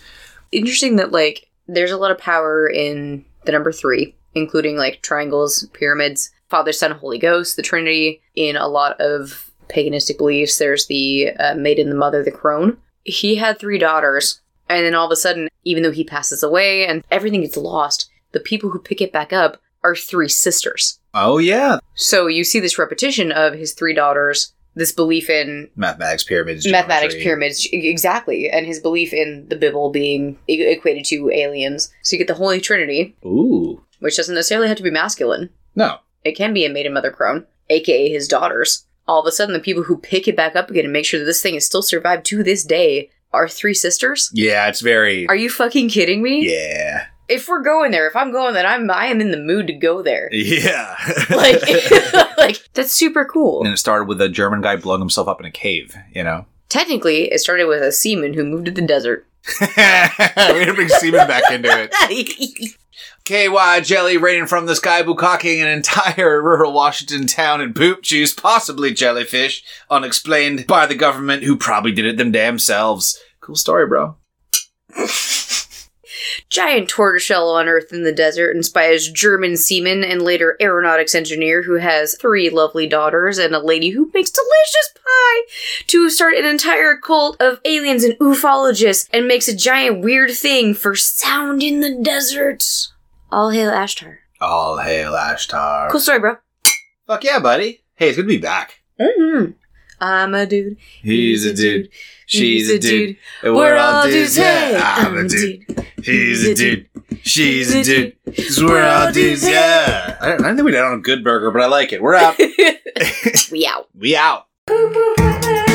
S2: Interesting that like there's a lot of power in the number three, including like triangles, pyramids, Father, Son, Holy Ghost, the Trinity. In a lot of paganistic beliefs, there's the uh, maiden, the mother, the crone. He had three daughters, and then all of a sudden, even though he passes away and everything gets lost, the people who pick it back up are three sisters.
S1: oh yeah
S2: So you see this repetition of his three daughters, this belief in
S1: mathematics pyramids
S2: mathematics
S1: geometry.
S2: pyramids e- exactly, and his belief in the Bible being e- equated to aliens. So you get the Holy Trinity,
S1: ooh
S2: which doesn't necessarily have to be masculine.
S1: no
S2: It can be a maiden mother crone, aka his daughters. All of a sudden, the people who pick it back up again and make sure that this thing is still survived to this day are three sisters.
S1: yeah it's very
S2: Are you fucking kidding me?
S1: yeah
S2: If we're going there, if I'm going, then I'm I am in the mood to go there.
S1: yeah
S2: (laughs)
S1: (laughs)
S2: Like, like that's super cool.
S1: and it started with a german guy blowing himself up in a cave you know
S2: Technically, it started with a seaman who moved to the desert.
S1: (laughs)
S2: (laughs)
S1: we had to bring semen back into it (laughs) KY jelly raining from the sky, bukaking an entire (laughs) rural Washington town in poop juice, possibly jellyfish, unexplained by the government who probably did it them themselves. Cool story, bro.
S2: Giant tortoiseshell unearthed in the desert, inspires German seaman and later aeronautics engineer who has three lovely daughters and a lady who makes delicious pie to start an entire cult of aliens and ufologists and makes a giant weird thing for sound in the desert. All hail Ashtar.
S1: All hail Ashtar.
S2: Cool story, bro.
S1: Fuck yeah, buddy. Hey, it's good to be back.
S2: Mm-hmm. I'm a dude.
S1: He's a dude. She's a dude.
S2: We're, all dudes. Hey,
S1: I'm
S2: (laughs)
S1: a dude. He's a dude. She's a dude. 'Cause We're all dudes. Yeah. I don't, I don't (laughs)
S2: (laughs)
S1: think (laughs) we did it on a good burger, but I like it. We're out.
S2: we out.
S1: we out.
S3: Boo boo boo boo.